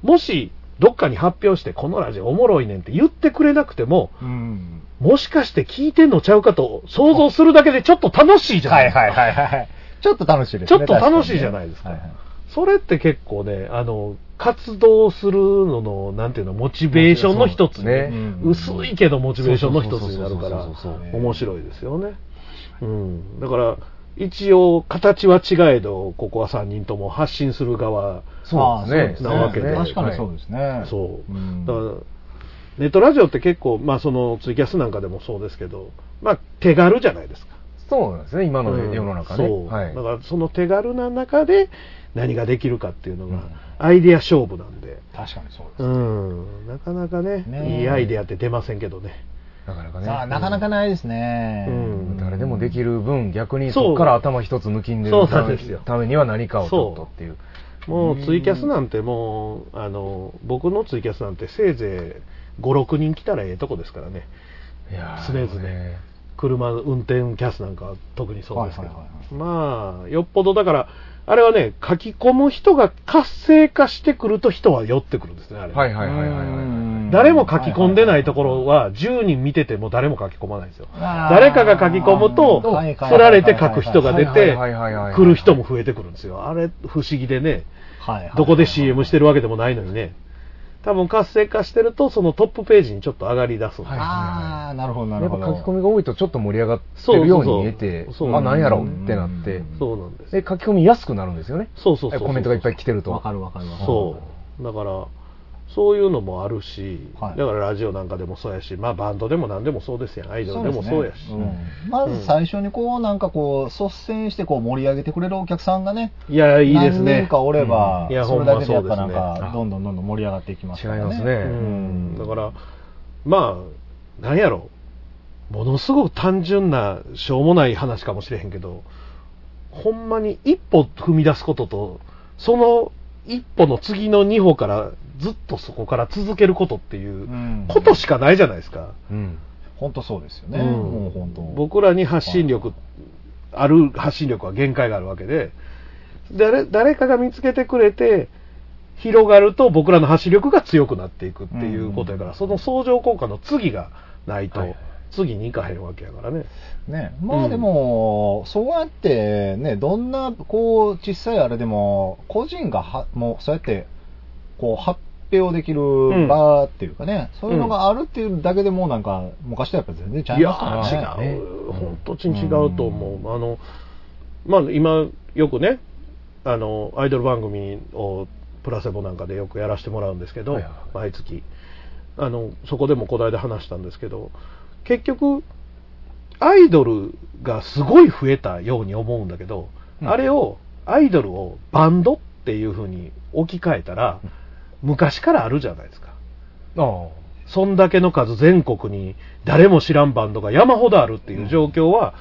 A: もし、どっかに発表して、このラジオおもろいねんって言ってくれなくても、
C: うん。
A: もしかして聞いてんのちゃうかと想像するだけでちょっと楽しいじゃな
C: はいい
A: ですか。
C: はいはいはい。ちょっと楽しいですね。
A: ちょっと楽しいじゃないですか
C: 確にね
A: それって結構ね、あの、活動するのの、なんていうの、モチベーションの一つ
B: ね
A: ね。
C: うん
A: 薄いけどモチベーションの一つになるか
B: そう
A: ら、
B: そうそうそうそう
A: 面白いですよね。うん。だから、一応、形は違えど、ここは3人とも発信する側、
C: ああ
B: そうですね
A: なわけで
C: 確かにそうですね。
A: そう。
C: ん
A: だからネットラジオって結構、まあ、そのツイキャスなんかでもそうですけど、まあ、手軽じゃないですか。
B: そうなんですね、今の
A: うん
B: 世の中ね。
A: そう
B: はい
A: だからその手軽な中で何ができるかっていうのがアイデア勝負なんで、
C: 確かにそうです。
A: うん、なかなかね
C: ねえ
A: いいアイデアって出ませんけどね
B: なかなかね。
C: さあ、なかなかないですね。
A: うん
B: 誰でもできる分、逆に
A: そう
B: そこから頭一つ抜きんで
A: そ
B: る
A: うな
B: た
A: んですよ
B: めには何かをちょっとっていう。
A: もうツイキャスなんてもうあの僕のツイキャスなんてせいぜい56人来たらええとこですからね
B: いや
A: 常々
B: ね
A: 車の運転キャスなんかは特にそうですけど、
C: はいはいはい
A: まあよっぽどだからあれはね書き込む人が活性化してくると人は寄ってくるんですねあれ
B: はいはいはいはいはい。
A: 誰も書き込んでないところ
C: は
A: は10人見てても誰も書き込まないんですよ
C: いはいはい、
A: 誰かが書き込むと
C: はいはいはいはい
A: 釣られて書く人が出て
B: はいはいはいはいはい
A: 来る人も増えてくるんですよあれ不思議でね
C: はいはい
A: どこで CM してるわけでもないのにね多分活性化してるとそのトップページにちょっと上がり出すんです
B: はい
C: ああ、なるほどな
B: や
C: る
B: っぱ
C: ほ
B: 書
C: ど。
B: き込みが多いとちょっと盛り上がってるように見え
A: そうそう
B: て
A: そうそう
B: あなんやろうってなって
C: うん
A: そうなんです
B: で書き込みやすくなるんですよね
A: そうそうそうそう
B: コメントがいっぱい来てると
C: わかるわかるわかる。
A: そうだからそういうのもあるし、
C: はい
A: だからラジオなんかでもそうやし、まあ、バンドでも何でもそうですやんアイドルでもそうやし
C: ですねうんまず最初にこうなんかこう率先してこう盛り上げてくれるお客さんがね
A: いやいいですね
C: 何人かおれば、
A: うんいや
C: それだけでやっぱなん
A: ほんまそうです
C: かどんどんどんどん盛り上がっていきます
B: 違い
C: からね
B: ます
A: う
B: ね
A: んだからまあなんやろものすごく単純なしょうもない話かもしれへんけどほんまに一歩踏み出すこととその一歩の次の二歩からずっとそこから続けることっていううんことしかないじゃないですか、
B: うん
C: 本当そうですよね、
A: うん
C: もう本当
A: 僕らに発信力ある発信力は限界があるわけで誰誰かが見つけてくれて広がると僕らの発信力が強くなっていくっていうことやから、
C: うん
A: その相乗効果の次がないと、
B: はい
A: 次に行かへんわけやからね
C: ねまあでも、そうやってねどんなこう小さいあれでも個人がはもうそうやってこう発表できる場っていうかね、そういうのがあるっていうだけでもうなんか昔とやっぱ全然ちゃい
A: いや
C: ますからね
A: ー違う
B: うん
A: 本当に違うと思うあのまあ今よくねあのアイドル番組をプラセボなんかでよくやらせてもらうんですけど、
B: はいはいはい
A: 毎月あのそこでもこの間話したんですけど結局アイドルがすごい増えたように思うんだけど、
B: うん
A: あれをアイドルをバンドっていう風に置き換えたら昔からあるじゃないですか
B: ああ
A: そんだけの数全国に誰も知らんバンドが山ほどあるっていう状況は、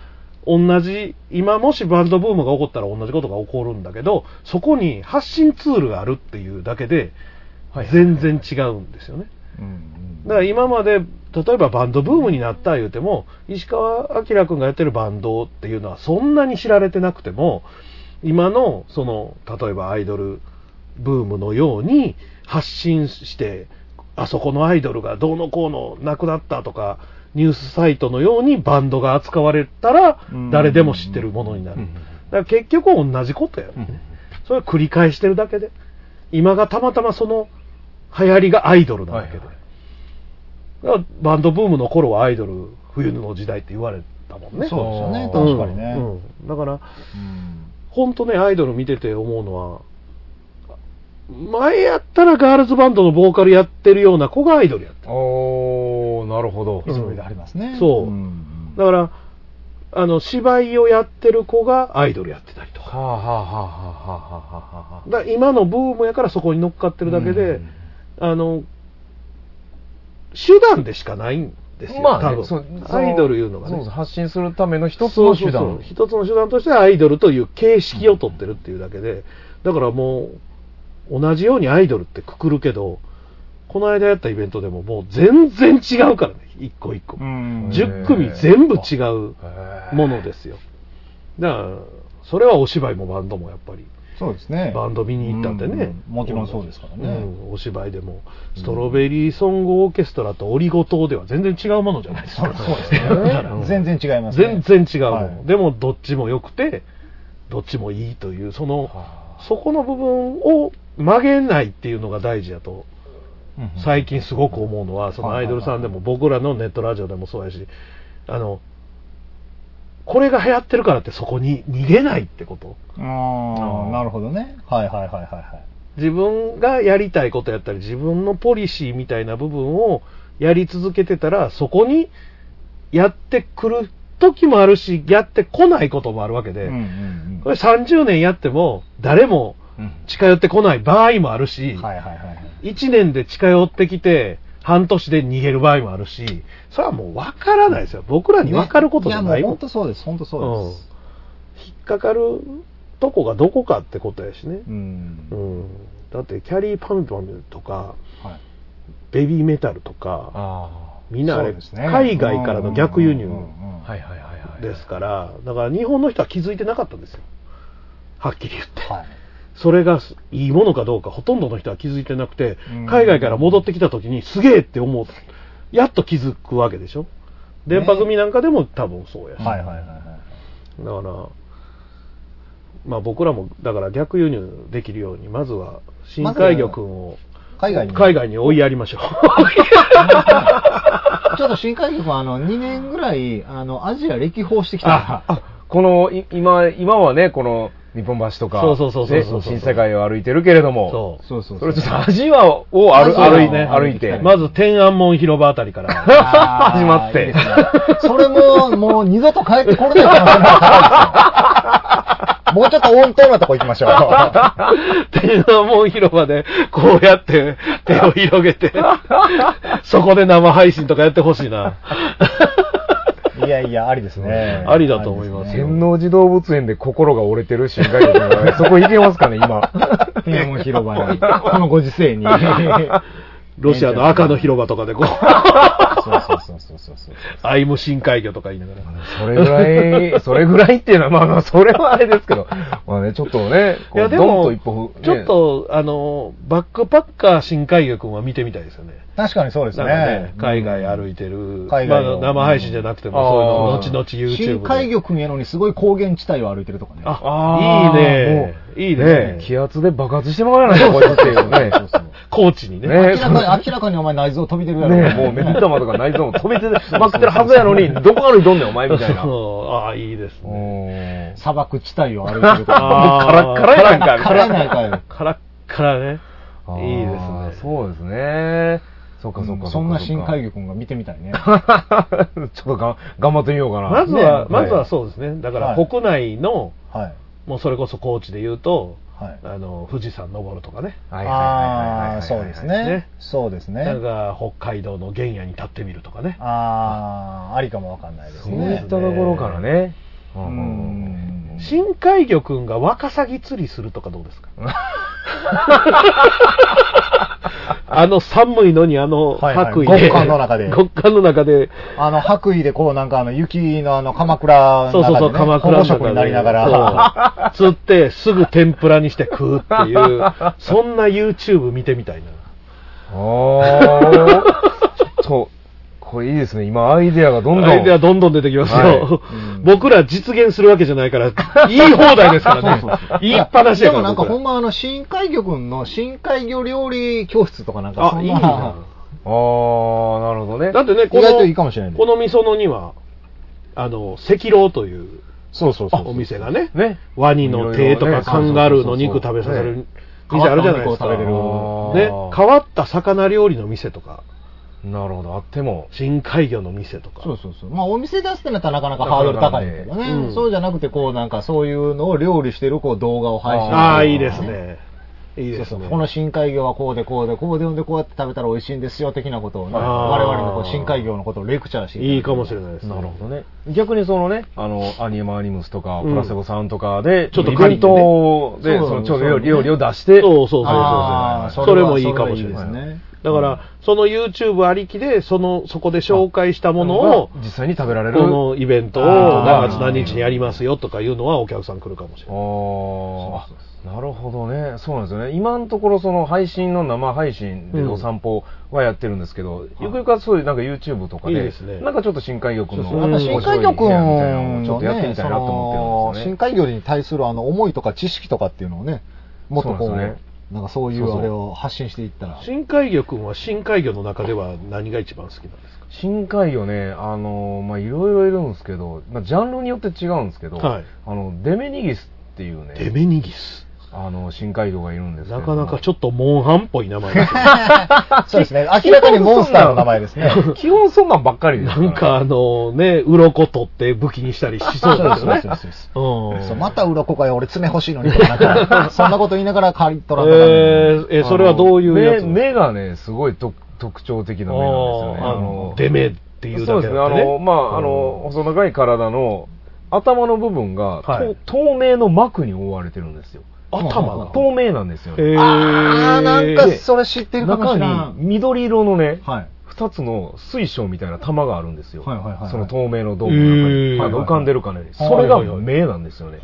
A: 同じ、今もしバンドブームが起こったら同じことが起こるんだけど、そこに発信ツールがあるっていうだけで、全然違うんですよね。
C: うん
A: だから今まで、例えばバンドブームになった言うても、石川明君がやってるバンドっていうのはそんなに知られてなくても、今の、その、例えばアイドルブームのように発信して、あそこのアイドルがどうのこうのなくなったとか、ニュースサイトのようにバンドが扱われたら
C: うん、
A: 誰でも知ってるものになる。
B: う
A: だ
B: ん
A: から結局同じことやね。それを繰り返してるだけで。今がたまたまその流行りがアイドルなわけで。
B: はいはい
A: だからバンドブームの頃はアイドル冬の時代って言われたもんね。
C: そうですよね
B: あ
C: 確
B: ー
C: かにね、
A: うんうんだから、
C: うん
A: 本当ね、アイドル見てて思うのは、前やったらガールズバンドのボーカルやってるような子がアイドルやった。
B: おーなるほど
A: うん
C: それがありますね。
A: そうんだから、あの、芝居をやってる子がアイドルやってたりと
B: は
A: か。
B: あはあはあはあはあはあはあ
A: だから今のブームやからそこに乗っかってるだけで、
B: うん
A: あの、手段でしかないんですよ、
B: まあ
A: 多
B: ね
A: 分
B: そうそ
A: アイドルいうのがね。
B: そうそう発信するための一つの手
A: そうそう
B: 段
A: そう一つの手段としてアイドルという形式を取ってるっていうだけで、だからもう同じようにアイドルってくくるけどこの間やったイベントでももう全然違うからね、一個一個。
C: うん
A: 10組全部違うものですよ。だから、それはお芝居もバンドもやっぱり。
C: そうですね。
A: バンド見に行ったってね、
C: うんもちろんそうですからね
A: うんお芝居でもストロベリーソングオーケストラとオリゴ糖では全然違うものじゃないですか
C: *laughs* そうですね全然違いますね
A: 全然違うもの、
C: はい
A: でもどっちも良くてどっちもいいというそのそこの部分を曲げないっていうのが大事やと最近すごく思うのはそのアイドルさんでも僕らのネットラジオでもそうやしあのこれが流行ってるからってそこに逃げないってこと
C: ああ、なるほどね。はいはいはいはいはい。
A: 自分がやりたいことやったり自分のポリシーみたいな部分をやり続けてたらそこにやってくる時もあるしやってこないこともあるわけで、これ30年やっても誰も近寄ってこない場合もあるし、1年で近寄ってきて半年で逃げる場合もあるしそれはもう分からないですよ僕らに分かることじゃない
C: や
A: も
C: もうん本当そうです、本当そうです。
A: 引っかかるとこがどこかってことやしね、
C: うん
A: うんだってキャリーパムパムとか、
C: はい
A: ベビーメタルとかみんなあれ、
C: そうですね
A: 海外からの逆輸入
B: はいはいはいはい。
A: ですからだから日本の人は気づいてなかったんですよはっきり言って、
C: はい
A: それがいいものかどうかほとんどの人は気づいてなくて
C: うん
A: 海外から戻ってきた時にすげえって思うやっと気づくわけでしょ電波組なんかでも多分そうやし、
C: はいはいはいは
A: だ
C: い。
A: から、まあ、僕らもだから逆輸入できるようにまずは深海魚くんを
C: 海外に。
A: 海外に追いやりましょう
C: ちょっと新海局はあの2年ぐらいあのアジア歴訪してき
B: あ
C: た、
B: あこの、い今、今はね、この、日本橋とか、
A: そうそうそうそう
B: ね
A: そうそう
B: 新世界を歩いてるけれど
A: そ
B: も、
A: う
C: *laughs* そうそう
B: それちょっとアジアを歩
A: あそう
B: 歩い
A: ね
B: 歩いて、
A: まず天安門広場あたりから
C: あー
B: 始まっ
C: いい
B: て
C: です。ねそれももう二度と帰ってこれないかもしれないですよもうちょっと温当なとこ行き
A: *laughs*
C: ましょう。
A: *laughs* 天安門広場で、こうやって手を広げ *laughs* て、そこで生配信とかやってほしいな。
C: いやいや、ありですね。
A: ありだと思いますよ
B: 天王寺動物園で心が折れてる新海魚が、
A: *laughs*
B: そこ行けますかね、今。
C: 天安門広場に、このご時世に。そ
A: ロシアの赤の広場とかで *laughs* こう、
C: うそうそうそうそうそう。
A: アイム深海魚とか言いながら。
B: それぐらい、それぐらいっていうのは、まあまあ、それはあれですけど、まあね、ちょっとね、こう
A: いやで
B: ドン
A: も、
B: と一歩踏、
A: ちょっと、あの、バックパッカー深海魚くんは見てみたいですよね。
C: 確かにそうです
A: なんかね
C: ね。、
A: 海外歩いてる、
C: 海外の
A: まあ生配信じゃなくても、
B: うん
A: そういうの、後々 YouTube で。
C: 深海魚くんやのにすごい高原地帯を歩いてるとかね。
A: あ、いいね。いい
B: ね
A: ね。
B: 気圧で爆発してもらわないと、こいつってい
A: *laughs*
B: うね。
C: そうそう
A: 高知にね。
B: ね
C: 明らかに、明らかにお前内臓飛び出るやろ。
B: ねもう目玉とか内臓も飛び出てまくってるはずやのに、どこ歩いとんねん、お前みたいな。う
A: そう *laughs* ああ、いいですね。
B: ーん
C: 砂漠地帯を歩いてるとか。
A: あー
B: カラッカラ
C: *laughs*
B: やなんか。
C: カラやないかよ。
A: カラッカラね。
B: あー
A: いいですね。
B: そうですね。そっかそっか。
C: そんな深海
B: 魚。
C: 魚くんが見てみたいね。
B: *laughs* ちょっとが頑張ってみようかな。
A: まずは、
B: ね
A: まずはそうですね。だから
C: はい
A: 国内の、
C: はい。
A: もうそれこそ高知で言うと、
C: はい。
A: あの、富士山登るとかね。
B: はいはいはいはいはい
C: ああー、そうです
A: ね
C: ね。そうです
A: な
C: ね
A: ん。か北海道の原野に立ってみるとかね。
C: ああ、ありかもわかんないです
B: そう
A: で
B: い
A: す
B: っ
A: ね
B: た
C: ね。
B: ところからね。う
C: うんん。
A: 深海魚くんがワカサギ釣りするとかどうです
C: *laughs*
A: かあの寒いのにあの
C: はいはい
A: 白衣で、
C: 極寒の中
A: *laughs*
C: で
A: 極寒の中で
C: あの、白衣でこう、なんかあの、雪のあの、鎌倉
A: そ
C: の
A: うそう
C: 中で、ね、
A: そう、鎌倉の
C: 保護色になりながら、
A: ら。そう釣って、すぐ天ぷらにして食うっていう、そんな YouTube 見てみたいな。
B: ああ、ちょっと、これいいですね。今、アイデアがどんどん。
A: アイデアどんどん出てきますよ。
B: はい
C: うん
A: *laughs* 僕ら実現するわけじゃない
C: *laughs*
A: から、言い放題ですからね。言いっぱなし
C: で
A: や
C: も
A: から。
C: なんか
A: 僕ら
C: ほんまあの、深海魚くんの深海魚料理教室とかなんか、そ
A: あ、
C: ん
A: いい
C: な
A: な。
B: ああ、なるほどね。
A: だってね、こ
C: 意外といい
A: の、
C: かもしれないね
A: この味噌のには、あの、赤老という
C: そうそうそう。
A: お店がね、
B: ね。
A: ワニの手とか
B: いろいろね
A: カンガルーの肉食べさせ
B: ね
A: る店あるじゃないですか。
C: 変わったお肉
A: ね、
C: を
B: 食べれる
A: 変わった魚料理の店とか、
B: なるほど、あっても。
A: 深海魚の店とか。
C: そうそうそう。まあ、お店出すってなったらなかなかハードル高いけどね。
A: うん
C: そうじゃなくて、こう、なんかそういうのを料理してる、こう、動画を配信
A: ああ、
B: ー
A: いいです。ね。いいですね。
C: そうそうこの深海魚はこうでこうでこうでこうやって食べたら美味しいんですよ的なことをね、
A: あー
C: 我々のこう深海魚のことをレクチャーして
A: いいかも
C: し
A: しれないです、
B: なるほどね。逆にそのね、あの、アニマアニムスとか、
A: うん
B: プラセボさんとかで、
A: ちょっとグリ
B: 関
A: ーンでね
B: 東で、
C: そう
B: その調理
C: そう
B: 料理を出して、
A: そうそうそうそう
C: あー
A: それもいいかもしれない
C: それはいいですね
A: だから、その YouTube ありきで、その、そこで紹介したものを、
B: 実際に食べられる。
A: このイベントを
B: あ
A: 何
B: ー
A: 月何日にやりますよとかいうのはお客さん来るかもしれない。
B: ああ、なるほどね。そうなんですよね。今のところ、その配信の生配信で
A: うん
B: お散歩はやってるんですけど、ゆくゆくはそういうなんか YouTube とかで、
A: いいですね
B: なんかちょっと深海魚くんの
A: そうそう
B: 面
A: 新
B: 白い
A: 海
B: 部屋みたい
C: 新海魚くん
B: なのをちょっとやってみたいなと
C: の
B: 思ってるん
C: 深
B: ですよね。
C: 海魚に対するあの思いとか知識とかっていうのをね、もっとこ
B: そう
C: う、
B: な
C: な
B: んですよね
C: んかそうい
B: そうそうう
C: あれを発信していったら。
A: 深海魚くんは深海魚の中では何が一番好きなんですか
B: 深海魚ね、あの、まあ、いろいろいるんですけど、まあ、ジャンルによって違うんですけど、
A: はい
B: あの、デメニギスっていう
A: デ
B: ね、
A: メニギス。
B: あの、深海魚がいるんですけど
A: なか
B: も
A: なかちょっとモンハンっぽい名前ですね
C: そうです *laughs* ね。明らかにモンスターの名前ですね。
B: 基本そんなんばっかりです
A: な
B: らね
A: んかあのね、鱗取って武器にしたりしそうですよね。
C: そうそうそう
A: うん
C: そうまた鱗かよ、俺爪欲しいのにとかなん *laughs* かそんなこと言いながら刈り取らんとかね
A: えーえーそれはどういうやつ
B: あの目目がね、すごいと特徴的な目なんですよね。
A: あーあのデメっていうだけ
B: そう
A: あっ
B: で
A: て
B: す
A: ね
B: ね。あの、まあ、あ
A: う
B: の
A: ん、
B: 細長い体の頭の部分が、と
A: はい
B: 透明の膜に覆われてるんですよ。
A: 頭が。
B: 透明なんですよ
A: え
B: ね。
A: ー、
C: あーなんかそれ知ってるかもし
B: 中
C: れ
B: に
C: ない。
B: 緑色のね、
C: はい。
B: 二つの水晶みたいな玉があるんですよ。
C: はいはいはいはい
B: その透明のドームの中に
A: えー
B: まあ浮かんでるかね。
A: はい
B: そ
A: はい
B: れ
A: は
B: が
A: い
B: 目なんですよね。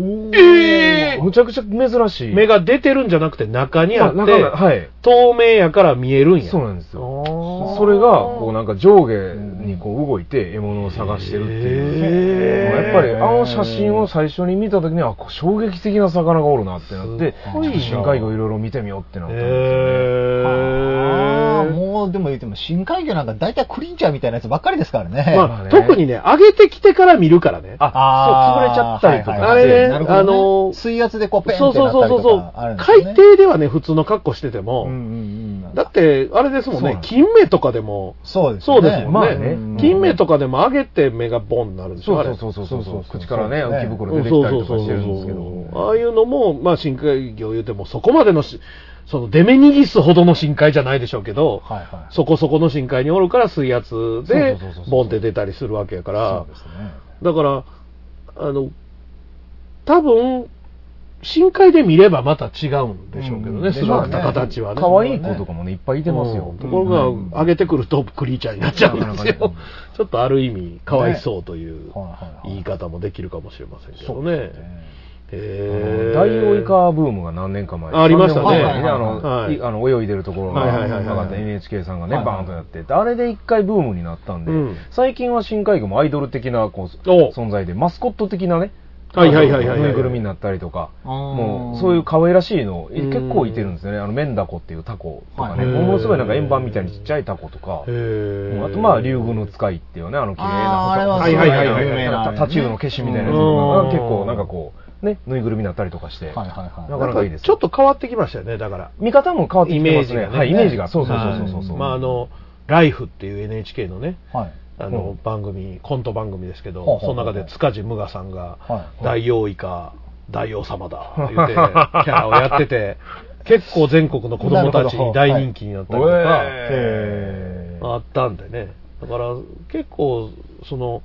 A: え
B: むちゃくちゃ珍しい。
A: 目が出てるんじゃなくて中にあって、
B: ま中がはい。
A: 透明やから見えるんや。
B: そうなんですよ。
A: あー
B: それが、こうなんか上下にこう動いて獲物を探してるっていう。
A: へー
B: やっぱりあの写真を最初に見た時に、あ、こう衝撃的な魚がおるなってなって、
A: す
B: ちょ
A: ごいな
B: っと深海魚いろいろ見てみようってなったんですよね。
A: え
C: あー
A: ー
C: もうでも言っても深海魚なんか大体クリンチャーみたいなやつばっかりですからね。
A: まあ、
B: ね
A: 特にね、上げてきてから見るからね。
B: あ、そう、潰れちゃったりと
A: あ
B: か
A: れ
B: し
A: ね
B: て。
C: なるほど
A: あのー
C: 水圧でこうペンって
A: そうそう
C: なっ
A: そ
C: た
A: う
C: り
A: そう
C: とかある
A: そ
C: ん
A: う。
C: です
A: 海底
C: よね。
A: ではね、普通の格好してても、
C: うんうんうん
A: だって、あれですもん
B: そう
A: ね
B: なん、です
A: 金目とかでも、
C: そうです
A: そうですもんね。
B: まあね
C: うん
A: 金目とかでも上げて目がボンになるんでしょ、
B: そ
A: あ
B: う
A: れ。
B: そうそうそうそう
C: そうそうそう
B: 口からね、
C: そうですね
B: 浮き袋
A: う
B: 出
A: ん
B: て
A: そ
B: き
A: う
B: た
A: そ
B: り
A: う
B: と
A: そ
B: か
A: う
B: してるんですけ
A: そう。あ
B: ど。
A: あいうのも、まあ、深海魚言うても、そこまでのし、その、デメニギスほどの深海じゃないでしょうけど、
C: はいはい。
A: そこそこの深海におるから水圧で
B: そうそうそうそうそう
A: ボンって出たりするわけやから
C: そうですね。
A: だからあの多分深海で見ればまた違うんでしょうけど
C: う
A: ね
C: ん
A: 姿形はね
B: 可愛い子とかもね、いっぱいいてます
A: う
B: よ
A: ん。ところが、
C: うん
A: 上げてくるとクリーチャーになっちゃうんです
B: なかな
A: よ
B: かね。
A: ちょっとある意味、かわいそうという
C: はいはいはい
A: 言い方もできるかもしれませんけど
C: そう
A: ね
C: です。
B: あの
A: へー
B: ダイオウイカブームが何年か前
A: あありましたね
B: 3年前にあの、
A: はい
B: いあの泳いでるところ
A: はいはいはいは
B: が、
A: い
B: なかった NHK さんがね、
C: はいはい
B: バーンとやってて、あれで一回ブームになったんで、
A: うん
B: 最近は深海魚もアイドル的なこう
A: お
B: 存在で、マスコット的なね、
A: はいはいはいはいはい
B: ぬいぐるみになったりとか、
C: あー
B: もうそういう可愛らしいの、
A: うん
B: 結構いてるんですよね。あの、メンダコっていうタコとかね、
A: はい
B: ものすごいなんか円盤みたいにちっちゃいタコとか、
A: へ
B: あとまあ、竜宮の使いっていうね、あの綺麗な
C: あーあれは
A: すごい
B: はいはいはい
A: 有名
C: な
B: タタチウオの化身みたい
A: う
B: なやつ
A: ん
B: が結構なんかこう、ね、ぬいぐるみになったりとかして、
C: はいはい
B: な
C: は
B: かな
A: な
B: かいいで
A: んか
B: す。
A: ちょっと変わってきましたよね、だから。
B: 見方も変わって
A: イ
B: き
A: メ
B: て
A: ー
B: ま
A: ジ
B: す
A: が
B: ね。
A: ね
B: はい、イメージが。そうそうそうそうそう。
A: まああの「ライフっていう NHK のね
C: い。はい。
A: あの、
B: うん
A: 番組コント番組ですけど、
C: ほうほ
A: そう
C: ほう
A: の中で塚地無我さんが
C: は
A: 「
C: い
A: 大王イカ大王様だ」
B: *laughs*
A: 言ってキャラをやってて結構全国の子供たちに大人気になったりとか、
C: へー
A: あったんでねだから結構その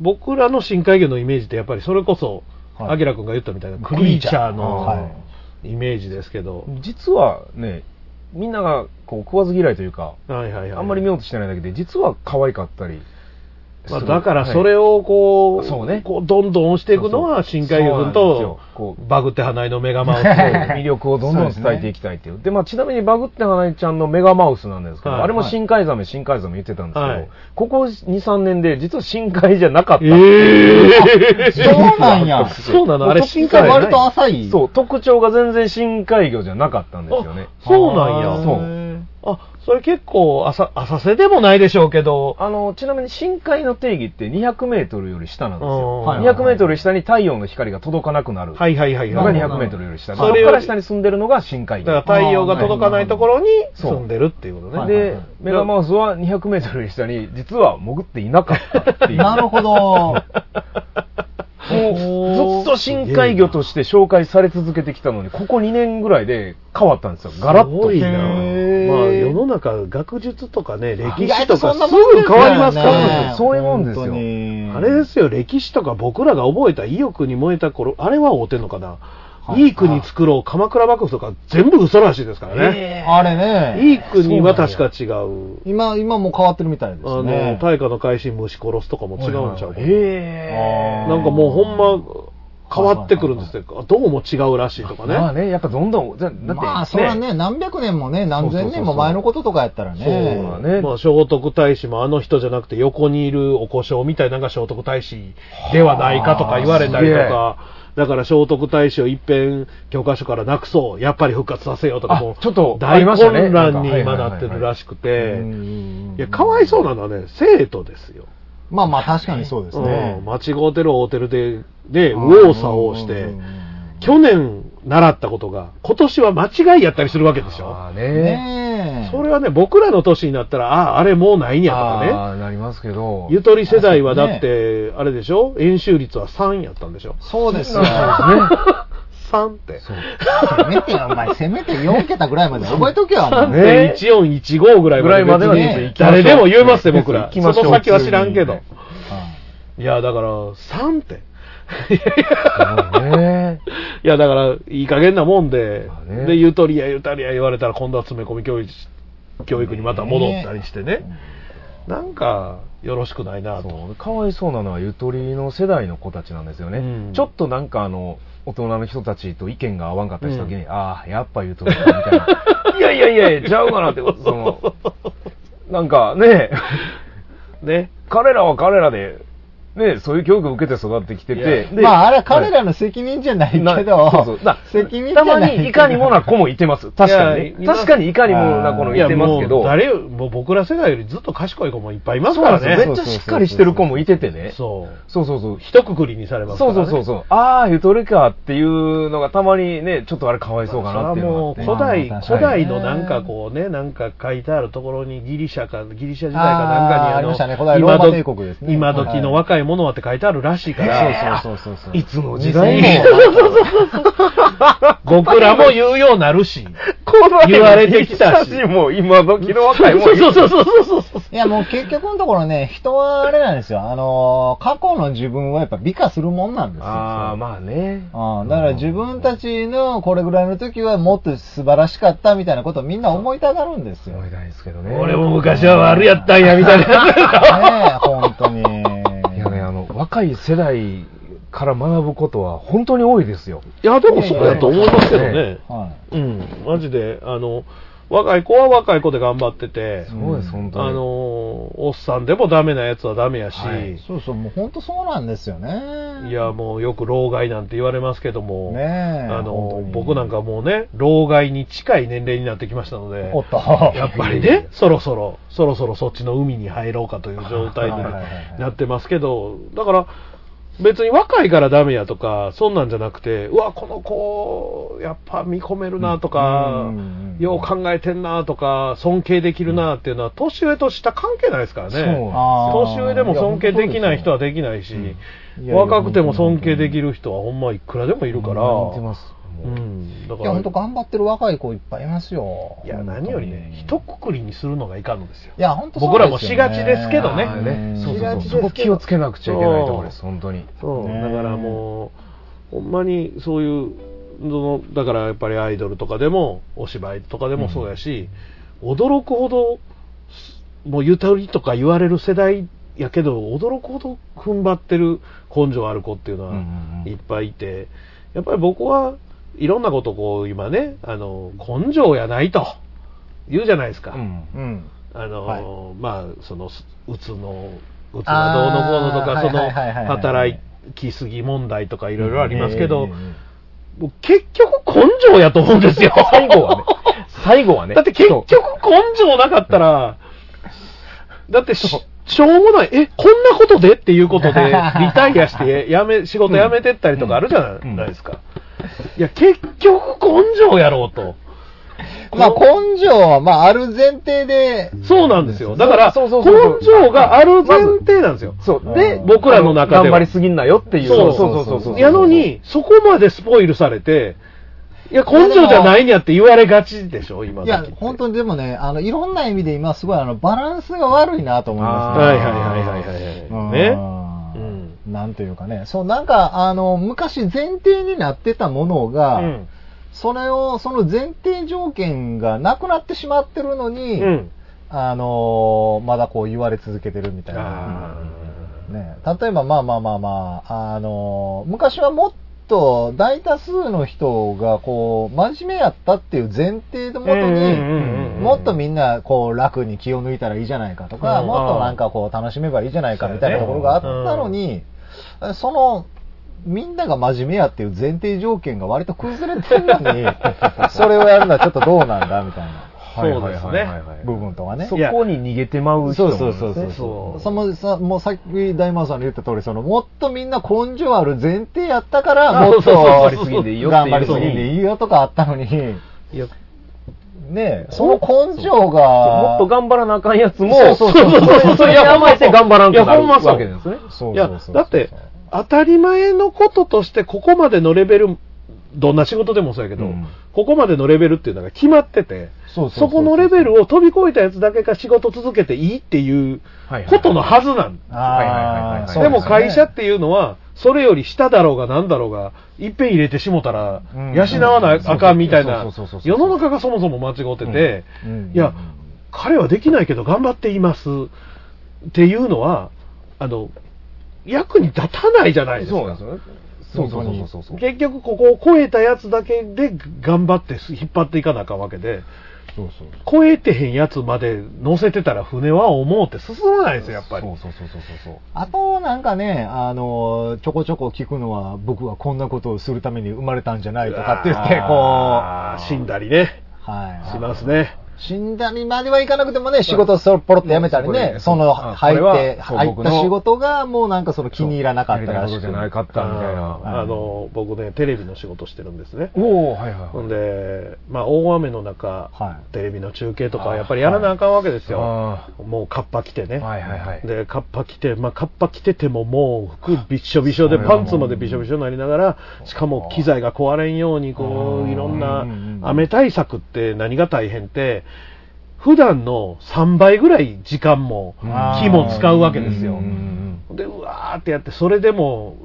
A: 僕らの深海魚のイメージってやっぱりそれこそ、
C: はい
A: アキラ君が言ったみたいなクリーチャー
C: は
A: の
C: い
A: イメージですけど、
B: 実はね、みんながこう食わず嫌いというか、
A: はいはいはい
B: あんまり見ようとしてないだけで、実は可愛かったりす
A: まあ、
B: る。
A: だからそ
B: を
A: れをこう,、
B: そうね
A: こうどんどん押していくのは
B: そうそう
A: 深海魚君と
B: そうなんですよこう
A: バグって花井のメガマウス
B: 魅 *laughs* 力をどんどん伝えていきたいっていう。で、まあ、ちなみにバグって花井ちゃんのメガマウスなんですけど、
A: はい
B: あれも深海ザメ、深海ザメ言ってたんですけど、
A: はい
B: ここ2、3年で実は深海じゃなか *laughs* った。
A: え
C: そうなんや。
A: そうなのあれ
C: 深海割と浅い。
B: そう、特徴が全然深海魚じゃなかったんですよね。
A: あそうなんや
B: そう
A: あそれ結構浅浅瀬でもないでしょうけど
B: あの、ちなみに深海の定義って200メートルより下なんです
A: う
B: よ。
A: んはい
C: はいはい
B: 200メートル下に太陽の光が届かなくなる。
A: はいはいはいは
B: のが
A: い
B: 200メートルより下で。
A: そ
B: そ
A: れ
B: れ
A: よ
B: か
A: り
B: ら下に住んでるのが深海魚
A: だ。から太陽が届かないところに
B: そう
A: 住んでるっていうこと
C: は
A: ね
C: いはい
B: で、メガマウスは200メートルより下に実は潜っていなかったって
A: *laughs*
B: いう。
C: なるほど。
B: もうずっと深海魚として紹介され続けてきたのに、ここ2年ぐらいで変わったんですよ。ガラッ
A: す
B: と
A: ご。いなまあ
C: へー
A: 世の中学術とかね歴
C: 意外
A: 史と
C: とそ
A: か
C: ん
A: す
C: な
A: ぐ
C: もんですよね
A: 変わりますから
B: ねそういうもんですよ
C: 本当に
A: あれですよ、歴史とか僕らが覚えた意欲に燃えた頃、あれは合うてんのかないい国作ろう、鎌倉幕府とか全部嘘らしいですからね。
C: あれね。
A: いい国は確か違う。
C: 今、今もう変わってるみたいです
A: あの
C: ね、。
A: 大化の改新虫殺すとかも違うんちゃうかな。
B: へ
A: なんかもうほんま、変わってくるんですよ。どうも違うらしいとかね。
B: まあね、やっぱどんどん、だだって、
C: まあ、それはね、何百年もね、何千年も前のこととかやったら
A: そう
C: ね。
B: ね
A: まあ、聖徳太子もあの人じゃなくて横にいるお故障みたいなのが聖徳太子ではないかとか言われたりと
B: は
A: か、だから聖徳太子を一遍教科書からなくそう、やっぱり復活させようとか
B: あ
A: もう、
B: ちょっとあ
A: 大
B: りましたね
A: 混乱に
B: なんか
A: 今
B: はいはいはいはい
A: なってるらしくて、
C: うん
A: いや、かわいそうなのはね、生徒ですよ。
C: まあまあ、確かにそうですね
A: うん。間違うてる大てるで、で、
C: う
A: 右
C: ん
A: 往左往し
C: う
A: て
C: ん、
A: 去年習ったことが、今年は間違いやったりするわけでしょ。
B: あーね。
C: ねえ。
A: それはね、僕らの年になったら、ああ、あれもうないんやとかね。
B: ああ、なりますけど。
A: ゆとり世代はだって、あれでしょ演習率は3やったんでしょ
C: そうですよ。
A: ?3 って。
B: そう。
C: せめてよ、お前、せめて4桁ぐらいまで覚えとけよ。お前
B: ね
A: 3.1415ぐらいまで
B: ぐらいまでは
A: 別に
C: ね
A: ね誰でも言えますよ、僕
B: 行
A: ら。
B: き
A: そ
B: ましょう
A: の先は知らんけど。
C: はい
A: いや、だから、3って。
B: *laughs* ね。
A: いや、だから、いい加減なもんで
B: まあ、ね
A: で、ゆとりやゆたりや言われたら、今度は詰め込み教育教育にまた戻ったりしてね。なんか、よろしくないなと。
B: そうかわいそうなのはゆとりの世代の子たちなんですよね、
A: うん
B: ちょっとなんかあの大人の人たちと意見が合わんかったりした時に、ああやっぱゆとりだみたいないやいやいやいやちゃうかなってその *laughs* なんかね
A: ね。
B: 彼らは彼らでねそういう教育を受けて育ってきててで
C: まあ、あれは彼らの責任じゃないけど、
B: なそうそうな
C: 責任じ
B: た
C: ゃな
B: ま
C: いけど
B: にいかにもな子もいてます確かに
A: いやい
B: ね
A: ます
B: 確かにいかにもな子も
A: い
B: い
A: や、
B: てます
A: も
B: け
A: う、
B: ど
A: 誰よ、もう僕ら世代よりずっと賢い子もいっぱいいます
B: そう
A: か
B: なん
A: ら
B: です
A: ね
B: よ。めっちゃしっかりしてる子もいててね
A: そう。
B: そうそうそう
A: 一括りにされますか
B: そ
A: ら、ね。
B: うそうそうそう。ああ、ゆとりかっていうのがたまにね、ちょっとあれかわいそうかなっていうのがあ
A: も
B: っ
A: う
B: て。
A: 古代、
C: まあま
A: 古
C: あ確かにね
A: 代のなんかこうね、なんか書いてあるところにギリシャか、ギリシャ時代かなんかに
C: あーありましたね古代ローマ帝国ですね
A: 今ど今時の若いものはって書いてあるらしいから、
C: そうそうそうそう。
B: いつの時代
C: 2000
B: も。
A: *laughs* 僕らも言うようなるし。言われてきたし *laughs*
B: もう今時の若いもん
A: そうそうそうそうそうそう。
C: いや、もう結局のところね、人はあれなんですよ。あのー過去の自分はやっぱ美化するもんなんですよ。
B: ああ、まあね。
C: うん、だから自分たちのこれぐらいの時はもっと素晴らしかったみたいなことをみんな思いたがるんですよ。
B: 思い
C: ね
B: たいですけどね。
A: 俺も昔は悪やったんや、み *laughs* たいな。
C: え、
A: *laughs*
C: 本当に。
B: いやね、あの、若い世代から学ぶことは本当に多いですよ。
A: いや、でもそうだと思いますけどね。
C: は
A: うん、マジで、あの、若い子は若い子で頑張ってて、
B: そうです、本
A: あ
B: 当に。
A: の、おっさんでもダメなやつはダメやし、
B: はい
C: い。そうそう、もう本当そうなんですよね。
A: いや、もうよく老害なんて言われますけども、
C: ねえ。
A: あ
C: 本
A: の
C: 当に
A: 僕なんかもうね、老害に近い年齢になってきましたので
C: お、っと。
A: やっぱりね、そろそろ、そろそろそっちの海に入ろうかという状態に
C: *laughs* はいはいはいはい
A: なってますけど、だから、別に若いからダメやとか、そんなんじゃなくて、うわ、この子、やっぱ見込めるなとか
C: うんうんうんうん、
A: よう考えてんなとか、尊敬できるなっていうのは、年上と下関係ないですから
B: そうなんです
A: ね。
B: よ
C: あー
A: 年上でも尊敬できない人はできないし、
C: いや
A: 若くても尊敬できる人はほんまいくらでもいるから、
B: 似てます。
A: う、
B: もうん
A: だ
C: い
A: か
C: や、
A: ら
C: 本当頑張ってる若い子いっぱいいますよ。
A: いや、何よりね、一括りにするのがいかんのですよ。
C: いや、本当
A: 僕らもしがちですけどね
B: あー
C: うん
B: そうそうそう。
A: しがちですけ
B: そ
A: ど
B: こ気をつけなくちゃいけないところです、本当に。
A: そう、
C: ね
A: だからもう、ほんまにそういう、そのだからやっぱりアイドルとかでも、お芝居とかでもそうやし、驚くほど、すもうゆたりとか言われる世代やけど、驚くほど踏ん張ってる根性ある子っていうの
B: うんう
A: は
B: んうん
A: いっぱいいて、やっぱり僕はいろんなことをこう今ね、あの根性やないと言うじゃないですか。
B: うん
C: うん。
A: あのーまあそのすうつのうつがどうのこうのとか
C: あー
A: そ
C: は
A: の
C: いはいはいはいはい
A: 働きすぎ問題とかいろいろありますけど、
B: ええ
A: もう結局根性やと思うんです
C: *laughs*
A: よ
B: 最後はね、最後は
A: *laughs*
B: ね。
A: だって結
B: そ
A: 局根性なかったらだってししょうもないえこんなことでっていうことで
C: *laughs*
A: リタイアしてやめ仕事辞めてったりとかあるじゃないですか、いや結局根性やろうと
C: まあ、根性は、まあ、ある前提で、
A: そうなんですよだから
B: そうそうそうそう
A: 根性がある前提なんですよ
B: うそう。で、
A: 僕らの中では
B: 頑張りすぎんなよっていう。
A: そう
B: そうそうそう。
A: やのに、そこまでスポイルされて、いや、根性じゃないんやって言われがちでしょ、今
C: いや、本当にでもね、あの、いろんな意味で今すごい、あの、バランスが悪いなと思います
A: は
C: ね。
A: いはいはいはいはい。
C: うん
A: ね。うん。
C: なんていうかね、そう、なんか、あの、昔前提になってたものが、
A: うん
C: それを、その前提条件がなくなってしまってるのに、
A: うん
C: あの、まだこう言われ続けてるみたいな。ね、例えば、まあまあまあまあ、あの、昔はもっと大多数の人が、こう、真面目やったっていう前提のもとに、もっとみんなこう楽に気を抜いたらいいじゃないかとか、
A: うん
C: もっとなんかこう楽しめばいいじゃないかみたいなところがあったのに、その、みんなが真面目やっていう前提条件が割と崩れてるの
A: *laughs*
C: に、それをやるのはちょっとどうなんだみたいな
A: そうですね。
C: 部分とかね。
B: そこに逃げてまう人
C: そ
B: も
C: うそうそうそうそうそのさもうさっき大魔王さんの言った通りそのもっとみんな根性ある前提やったから
B: あ
C: もっと
B: そうそう頑張りすぎでいいよってい
C: 頑
B: う
C: 張りすぎでいいよとかあったのに
A: いや
C: ねえその根性が
B: もっと頑張らなあかんやつも、
C: そうそ
A: *laughs*
C: うそうそう
B: それに甘えて頑張らんくなる
A: いやほんまそう
B: わけですね。
C: そ
A: い
C: うそ
A: や
C: うそう、
A: だって、当たり前のこととして、ここまでのレベル、どんな仕事でもそうやけど、
B: うん
A: ここまでのレベルっていうのが決まってて、
C: そうそう
A: そこのレベルを飛び越えたやつだけが仕事続けていいっていうことのはずなん
C: あー
B: はいはいはいはい
C: そう
A: でも
C: すね
A: 会社っていうのは、それより下だろうが何だろうが、いっぺん入れてしもたら
C: うん、
A: 養わなあかんみたい
B: そ
A: な
B: うそうそうそうそう、そう
A: 世の中がそもそも間違ってて、
C: うん
A: いや、彼はできないけど頑張っていますっていうのは、あの、役に立たないじゃないですか。
B: そうなんですよね。そうそうそうそうそう。
A: 結局ここを超えたやつだけで頑張って引っ張っていかなあかんわけで、
B: そうそう
A: 超えてへんやつまで乗せてたら船は思うって進まないですよ、やっぱり。
B: そうそうそうそうそう。
C: あと、なんかね、あの、ちょこちょこ聞くのは、僕はこんなことをするために生まれたんじゃないとかって言って、こう、
A: あー死んだりね、
C: はい。
A: しますね。
C: 死んだりまではいかなくてもね、仕事をそろポロってやめたりね、そ
B: そう
C: の
B: あ
C: 入
B: こ
C: って、
B: れはそう
C: 入っ
B: 僕
C: た
B: の
C: 仕事がもうなんかその気に入らなかった
B: や
C: ら
B: りい
C: し
B: こと
C: く
B: じゃないかったみたいな。
A: あの僕ね、テレビの仕事してるんですね。
B: おおはいはい
A: ほ
B: は
A: ん
B: い。
A: で、まあ、大雨の中、
C: はい
A: テレビの中継とか、やっぱりやらなあかんわけですよ、
B: あ
A: もうカッパ着てね、
B: はいはいはい。
A: でカッパ着て、まあ、カッパ着てても、もう服びっしょびしょで、
B: それは
A: パ
B: もう
A: ンツまでびしょびしょになりながら、しかも機材が壊れんように、こ
B: う
A: う、
B: ん
A: いろん
C: うんうんうん
A: な雨対策って何が大変って、普段の3倍ぐらい時間も、
C: あー
A: 火も使うわけですよ
B: うんうんうん。
A: でうわーってやってそれでも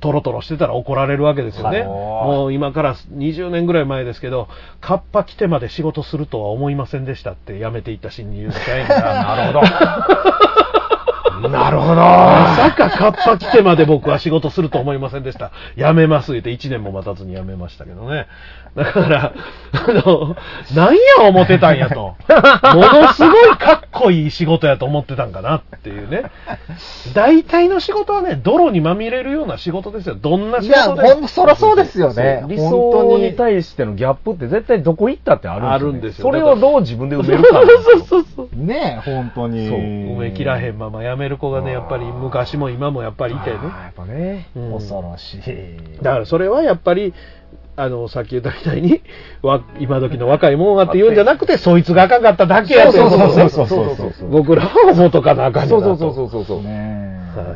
A: トロトロしてたら怒られるわけですよね
B: はい
A: もう今から20年ぐらい前ですけどカッパ来てまで仕事するとは思いませんでしたって辞めていった新入社員
B: *laughs*
A: が
B: なるほど。なるほど。
A: まさかカッパ来てまで僕は仕事すると思いませんでした辞めます言って1年も待たずに辞めましたけどねだからあのなんや思ってたんやとものすごいかっこいい仕事やと思ってたんかなっていうね大体の仕事はね、泥にまみれるような仕事ですよ。どんな仕
C: いや、
A: 事で
C: ほん
A: も
C: と、そらそうですよね
B: そ。う理
C: 本当
B: 想に
C: に。
B: 対してのギャップって絶対どこ行ったってあるんですよね。
A: あるんですよ
B: それをどう自分で埋めるか。そうそうそう。
C: ね本当に。
B: そう
A: 埋め切らへんまま辞める子がね、やっぱり昔も今もやっぱりいてね。
B: やっぱね。
A: うん
C: 恐ろしい。
A: だからそれはやっぱり、あの、さっき言ったみたいに、わ今時の若いもんがって言うんじゃなくて、そいつがあかんかっただけやということね
C: そうそうそうそう
A: 僕らは思うとかなあかんね
B: そ
A: ん
B: うそ
A: な
B: うそう
A: と。
B: そうそうそう。
C: ね
A: はい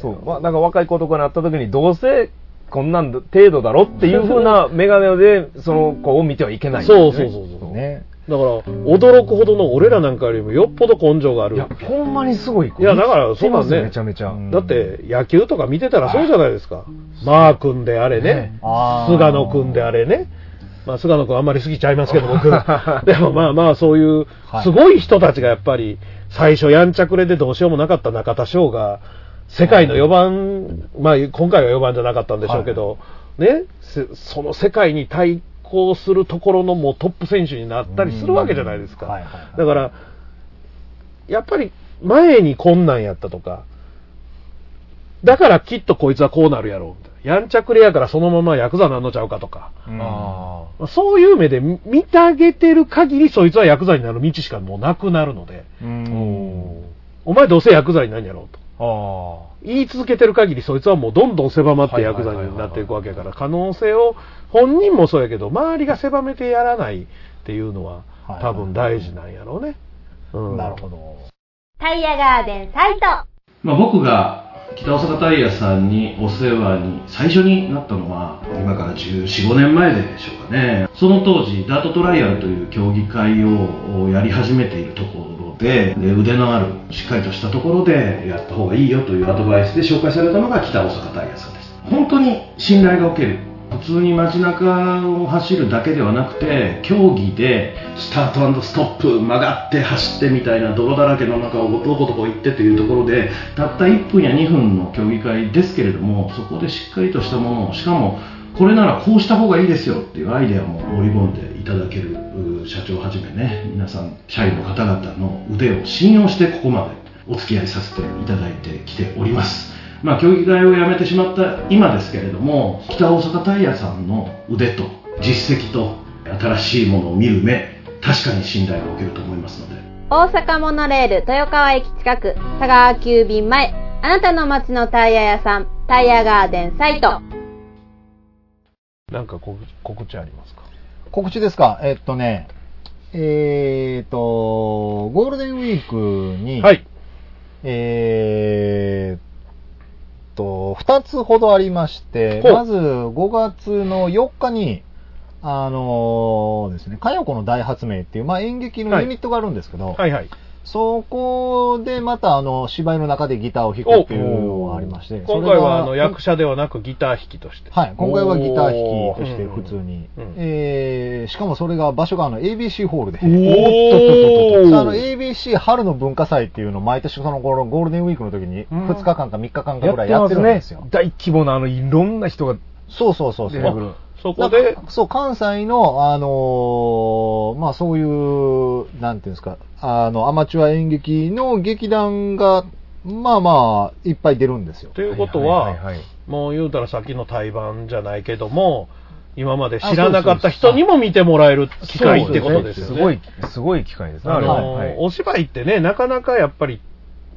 B: そう、まあ、なんか若い子とかに会った時にどうせこんなん程度だろっていう風な眼鏡でその子を見てはいけない、
A: そうそうそうそう。
C: ね
A: だから、驚くほどの俺らなんかよりもよっぽど根性がある。
B: いやほんまにすごい子
A: いやだからそうだね
B: 見てますよめちゃめちゃ、
C: うん
A: だって野球とか見てたらそうじゃないですか、マー君であれね
B: ね、
C: あー
A: 菅野君であれね、まあ、菅野君あんまり好きちゃいますけど、
C: *laughs*
A: 僕、でもまあまあ、そういう
C: はい
A: すごい人たちがやっぱり、最初、やんちゃくれでどうしようもなかった中田翔が、世界の4番、まあ、今回は4番じゃなかったんでしょうけど、ね、せその世界に対抗するところのもうトップ選手になったりするわけじゃないですか。
C: うんはいはいはい
A: だからやっぱり前にこんなんやったとか、だからきっとこいつはこうなるやろうみたいな。やんちゃくれやからそのままヤクザなんのちゃうかとか、
C: うん
B: あ
A: まあそういう目で見見てあげてる限りそいつはヤクザになる道しかもうなくなるので、
C: うん
A: お前どうせヤクザになんやろうと。
B: ああ
A: 言い続けてる限りそいつはもうどんどん狭まってヤクザになっていくわけやから可能性を本人もそうやけど周りが狭めてやらないっていうのは
C: はい
A: 多分大事なんやろうね、うん
C: なるほど。
E: タイヤガーデンサイト
D: まあ、僕が北大阪タイヤさんにお世話に最初になったのは今から1415年前でしょうかねその当時ダートトライアルという競技会をやり始めているところて、で腕のある、しっかりとしたところでやった方がいいよというアドバイスで紹介されたのが北大阪タイヤさんです。本当に信頼がおける。普通に街中を走るだけではなくて、競技でスタートストップ、曲がって走ってみたいな泥だらけの中をどこどこ行ってというところで、たった1分や2分の競技会ですけれども、そこでしっかりとしたものを、しかもこれならこうした方がいいですよっていうアイデアも織り込んでいただけるう社長はじめね皆さん社員の方々の腕を信用してここまでお付き合いさせていただいてきておりますまあ競技会をやめてしまった今ですけれども北大阪タイヤさんの腕と実績と新しいものを見る目確かに信頼がおけると思いますので
E: 大阪モノレール豊川駅近く佐川急便前あなたの街のタイヤ屋さんタイヤガーデンサイト
A: なんか告告知ありますか
C: 告知ですか、えっとね、えー、っと、ゴールデンウィークに、
A: はい
C: えー、っと、2つほどありまして、
A: ほう
C: まず5月の4日に、あのーですね、かよこの大発明っていう、まあ、演劇のユニットがあるんですけど、
A: はいはい。
C: そこでまたあの芝居の中でギターを弾くっていうのがありまして、
A: 今
C: それ
A: 回
C: が
A: はあの役者ではなくギター弾きとして。
C: はい、今回はギター弾きとして
A: おー
C: 普通に、
A: うんうん
C: えー、しかもそれが場所があの ABC ホールで、
A: おー
C: そうあの ABC 春の文化祭っていうのを毎年その頃ゴールデンウィークの時に
A: うん
C: 2日間か3日間か
B: や
C: ぐ
B: っ
C: らい
B: て
C: や
B: ま
C: って
B: す
C: るん
B: ね
C: ですよ。。
B: 大規模な、あの、いろんな人が
C: そうそうそうそ
B: 出
C: う。
B: てくる。
A: そこで
C: な、んかそう、関西の、あのーまあそういう、なんていうんですか、あの、アマチュア演劇の劇団が、まあまあ、いっぱい出るんですよ。
A: ということ
B: い
A: は、
B: いいい
A: もう言うたらさっきの対バンじゃないけども、今まで知らなかった人にも見てもらえる機会ってことですよね。
B: ごい、すごい機会ですね、
A: あ
B: あれは。
A: の
B: はい
A: お芝居ってね、なかなかやっぱり、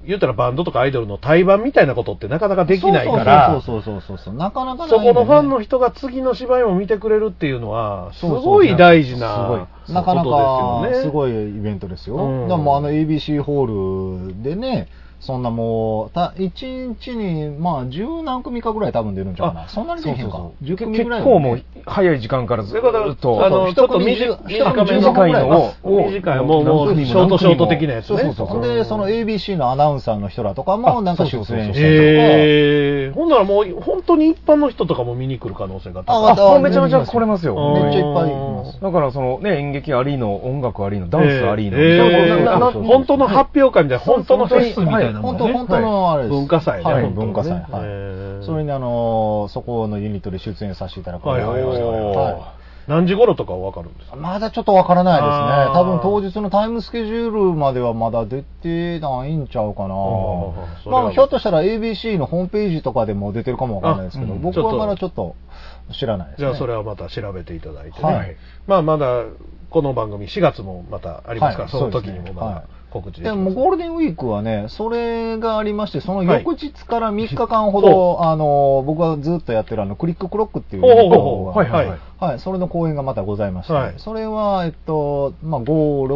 A: 言うたらバンドとかアイドルの対バンみたいなことってなかなかできないから、
C: そうそうそうそうそうそう、なかなかないん
A: そ
C: でね
A: このファンの人が次の芝居も見てくれるっていうのは、す
C: そうそう
A: ごい大事な
C: すごいなかな
A: ことですよ
C: か
A: ね
C: すごいイベントですよ。
A: うん
C: だからもうあの ABC ホールでね、そんなもう、た1日に、まあ、十何組かぐらい多分出るんじゃうかな。そんなに出へんか。10組
B: 結
C: ぐらい、
B: 構もう、早い時間からず
A: だから
B: っと。
A: あの、ちょっと短い
C: 一
A: 短
C: 組
A: め
C: 15
A: の
C: 分ぐらい
B: のを
A: 短い、もう、もう、
B: 何組
A: シ
B: も
A: ョー
B: 何組も
A: トショート的なやつ
C: そう
A: ね。
C: そうそう。で、その ABC のアナウンサーの人らとかも、
B: あ
C: なんか出
B: そう
C: 演し
B: そうそ
C: た
B: う
C: りとか。
A: えー、ほんならもう、本当に一般の人とかも見に来る可能性が高い。
C: あ
B: あ、もうめちゃめちゃ来れますよ。
A: うん
C: めっちゃいっぱいいます。
B: だからそのね、演劇ありの、音楽ありの、ダンスありの、
A: えー
B: みたい
A: えー
B: な
C: そうそうそう
A: 本当の発表会みたいな、本当のフェスみたいなも
C: 本
A: ん
C: 当、
A: ね。
C: 本当のあれです。
A: 文化祭ね。
C: はい、
A: 本当のね
C: 文化祭。は
A: えー
C: い。それにあのー、そこのユニットで出演させていただくこと
A: はい
C: に
A: は
C: ないりま
A: はい
C: した
A: はい
C: はい
A: 何時頃とかは分かるんですか
C: まだちょっとわからないです
A: あ
C: ね。
A: ー
C: 多分当日のタイムスケジュールまではまだ出てないんちゃうかな。
A: ー
C: まあ、ひょっとしたら ABC のホームページとかでも出てるかもわからないですけど、
B: あうん
C: 僕はまだちょっと知らないです
A: じ
C: ね。
A: ゃあそれはまた調べていただいてね。
C: はい
A: まあまだ、この番組4月もまたありますから、
C: はい
A: その時にもま
C: は
A: だ告知でき
C: で
A: ま
C: も
A: す。
C: ゴールデンウィークはね、それがありまして、その翌日から3日間ほど、あの、僕がずっとやってるあの、クリッククロックっていう
A: ほうほうほう
C: が
A: はいはいはい。
C: はい、それの公演がまたございまして、
A: はい
C: それは、えっと、まあ、5、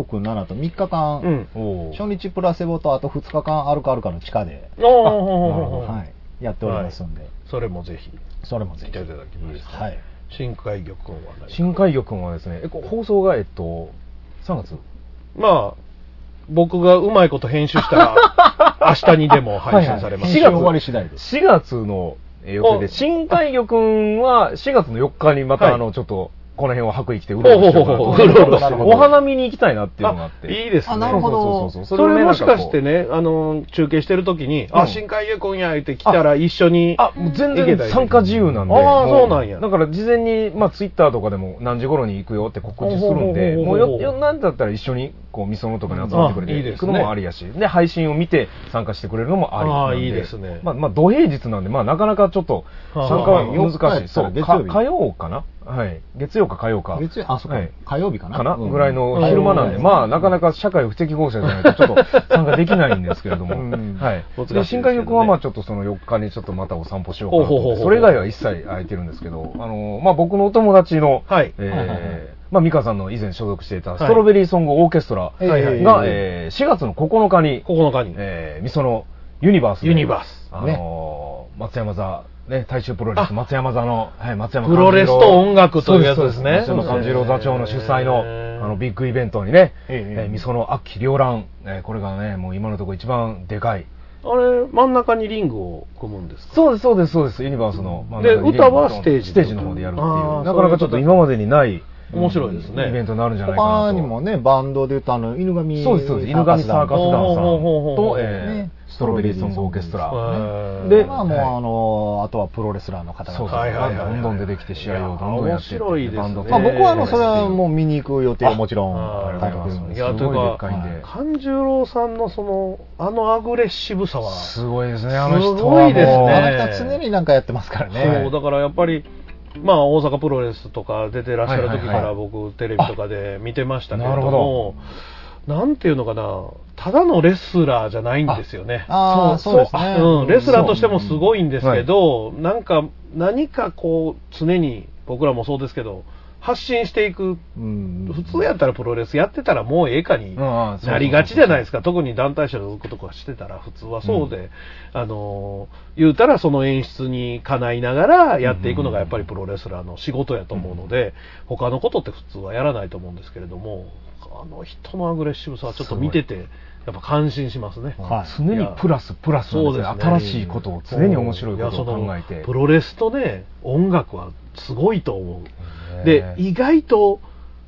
C: 6、7と3日間、
A: うん。
B: おー
C: 初日プラセボとあと2日間あるかあるかの地下で、
A: おーほうほうほうほう
C: はい、やっておりますんで、
A: それもぜひ、
C: それも
A: 見
C: ぜひ。
A: ていただきました。
C: はい。
A: 深海魚くんは何
B: 新海魚くんはですね、えこ放送が、えっと、3月
A: まあ、僕がうまいこと編集したら、明日にでも配信されます。
C: 4
B: はい
C: 月
B: はい
C: 終わり次第です。
B: 4月のえー予定
A: お
B: で、深海魚くんは4月の4日にま
A: はい
B: た、あの、ちょっと、この辺を白衣着てうろうろしてるかなと
A: ほうほうほううろうろしてる
B: お花見に行きたいなっていうのがあっ
A: あ
B: て。
A: いいですね。
C: あなるほど
B: そう
A: それ
B: をね
A: もしかして
B: なんこ
A: ね、あの、中継してる時に、
B: う
A: あ、
B: ん
A: 深海魚くんや、って来たら一緒に
B: う、あ、もう全
A: いけた
B: 然
A: いけた
B: 参加自由なんで。
A: あー
B: も
A: そうなんや
B: だから事前に、まあ、ツイッターとかでも何時頃に行くよって告知するんで、
A: ほうほ
B: も
A: う
B: う
A: ほうほう
B: よ、よ、なんだったら一緒に、こう、みそのとかに集まってくれ
A: あいいで
B: て、行
A: す
B: く
A: ね
B: のもありやし、で、配信を見て参加してくれるのもありなん。
A: あーいいですね
B: まあ、まあ、土平日なんで、まあ、なかなかちょっと、
A: はあ
B: 参加は難しい。
C: そ
B: そうう、
C: 月曜日
B: か火曜かなはい。月曜か火曜か。
C: 月曜、あ、そっか、
B: はい
C: 火曜日かな。
B: かな
C: うん
B: ぐらい
A: うん
B: の昼間なんで、まあ、なかなか社会不適合者じゃないと、ちょっと参加できないんですけれど *laughs* も、
C: うん
B: はい
A: 難しいで。すけどね
B: で、新海君は、まあ、ちょっとその4日にちょっとまたお散歩しようかなと
A: ほうほう
B: 思っ
A: ほうほ
B: て、
A: う
B: それ以外は一切空いてるんですけど、あの、まあ、僕のお友達の、
A: はい
B: えー
C: はいはいはい
B: まあ、美香さんの以前所属していた、
A: い
B: ストロベリーソングオーケストラ
C: いはいはい
B: が、えー4月の9日に、
A: 9日に、
B: えー、みそのユニバースで。
A: ユニバース
B: あのー松山座、ね、大衆プロレ
A: あ
B: ス、松山座の、はい、松山
A: プロレスと音楽というやつですね
B: そうですそうです松山勘次郎座長の主催の、
A: へ
B: あのビッグイベントにね、
A: ええええ
B: えーみその秋両乱、えーこれがね、もう今のところ一番でかい。
A: あれ、真ん中にリングを組むんですか
B: そうです、そうです、そうです、ユニバースの。まあ
A: で
B: なんか
A: 歌はステージ
B: ステージの方でやるっていう
A: あー、
B: なかなかちょっと今までにない、
A: 面白いですね
B: イベントになるんじゃないかな
C: 他
B: と。
C: にもね、バンドで言うと、あの、犬神
B: そうです、そうです。犬神サーカス
A: 団
B: ダンサ
A: ほうほうほ
B: ー
A: うほう
B: と、え
C: ね
B: ーストロベリーソングオーケストラ。
A: へー
B: で
C: まあもう、あの、あとはプロレスラーの方
B: そう
C: 々
B: です、
A: はいはいはいはい
B: どんどん出てきて試合をどんどんやってって
A: 面白いですね
B: バンドと
C: まあ僕はあの、それは
B: う
C: もう見に行く予定はもちろん
A: あー
C: 立ててるんで
A: い
C: す
A: や、
C: け
A: とい
C: ど
B: すごいうでっかいん
A: か
B: で、
A: 勘十郎さんのその、あのアグレッシブさは、
B: すごいですね、あの人はもう。
A: すごいですね
C: なかなか常になんかやってますからね。
A: そう、だからやっぱり、まあ、大阪プロレスとか出てらっしゃる時
B: は
A: か
B: いはいは
A: ら
B: い
A: 僕、テレビとかで見てましたけれど
B: なる
A: も、なんていうのかな、ただのレスラーじゃないんですよね。
C: ああ、そうですね。
A: うん、レスラーとしてもすごいんですけど、なんか、何かこう、常に僕らもそうですけど、発信していく、
C: うん
A: 普通やったらプロレスやってたらもうええかに
B: うんうんそうそうそう
A: なりがちじゃないですか、特に団体者のことかしてたら、普通はそうで、あのー言うたら、その演出にかないながらやっていくのがやっぱりプロレスラーの仕事やと思うので、他のことって普通はやらないと思うんですけれども、あの人のアグレッシブさはちょっと見てて、やっぱ感心しますね。
C: はい
B: 常にプラスプラスなんですね
A: そうですね
B: 新しいことを常に面白いことを考え
A: いやそ
B: て
A: のプロレスとね音楽はすごいと思うで意外と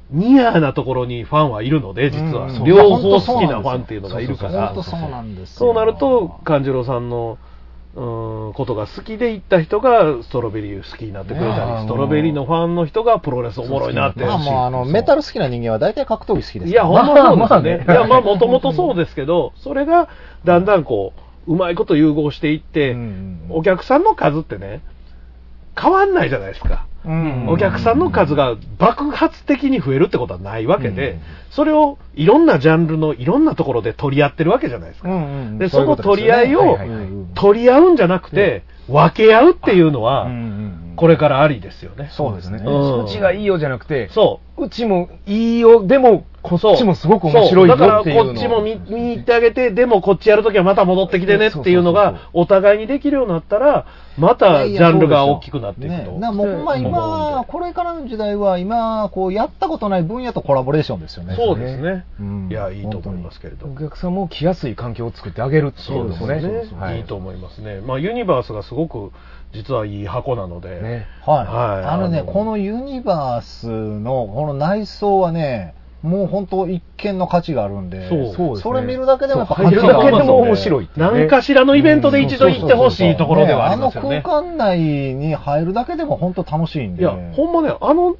A: ニアなところにファンはいるので実は、
B: うん
A: 両方好きなファンっていうのがいるから
C: 本当そうなんです
A: そうなると勘次郎さんのうーんことが好きで行った人がストロベリー好きになってくれ
B: ね
A: た
B: あ
A: り
B: ー
A: ストロベリーのファンの人がプロレスおもろいなって
C: まあもうあの、メタル好きな人間は大体格闘技好きで
A: い
C: す
A: や、ほ
C: ほ
A: んまそうですね。いや、まあ、もともとそうですけど、それが、だんだんこう、うまいこと融合していって、
B: うん
A: お客さんの数ってね、変わんないじゃないですか。
B: うん
A: お客さんの数が爆発的に増えるってことはないわけで、それをいろんなジャンルのいろんなところで取り合ってるわけじゃないですか。で、その取り合いを
B: はいはいはい
A: 取り合うんじゃなくて、分け合うっていうのは、こ
B: れ
A: れからありですよね。
B: そうですね
A: うん
B: うちがいいよじゃなくて
A: そう。
B: うちもいいよでもこ
A: そう
B: っちもすごく面白いよっていうの
A: そうだからこっちも見見に行ってあげて、でもこっちやるときはまた戻ってきてねっていうの
B: そうそうそう
A: が、お互いにできるようになったら、またジャンルが大きくなっていく
C: ね
A: と。
C: なもうほんま今、これからの時代は今、こう、やったことない分野とコラボレーションですよね。
A: そうですね。
C: うん
A: いや、いいと思いますけれど
B: お。客さんも来やすい環境を作ってあげるっていうのもね
A: そうですね
B: はい
A: いと思いますね。まあ、ユニバースがすごく、実はいい箱なので。
B: ね
C: はい。
A: はい
C: あのね
A: あの
C: このユニバースの、この内装はね、もう本当一見の価値があるんで、
A: そう
B: そうですね
C: それ見るだけでもやっぱ
B: そう入るだけでも面白いっていうね
A: 何かしらのイベントで一度行ってほしいところではありますよ
C: ね
A: ね。
C: あの空間内に入るだけでも本当楽しいん
A: い
C: で。
A: や、ほんまね、あの、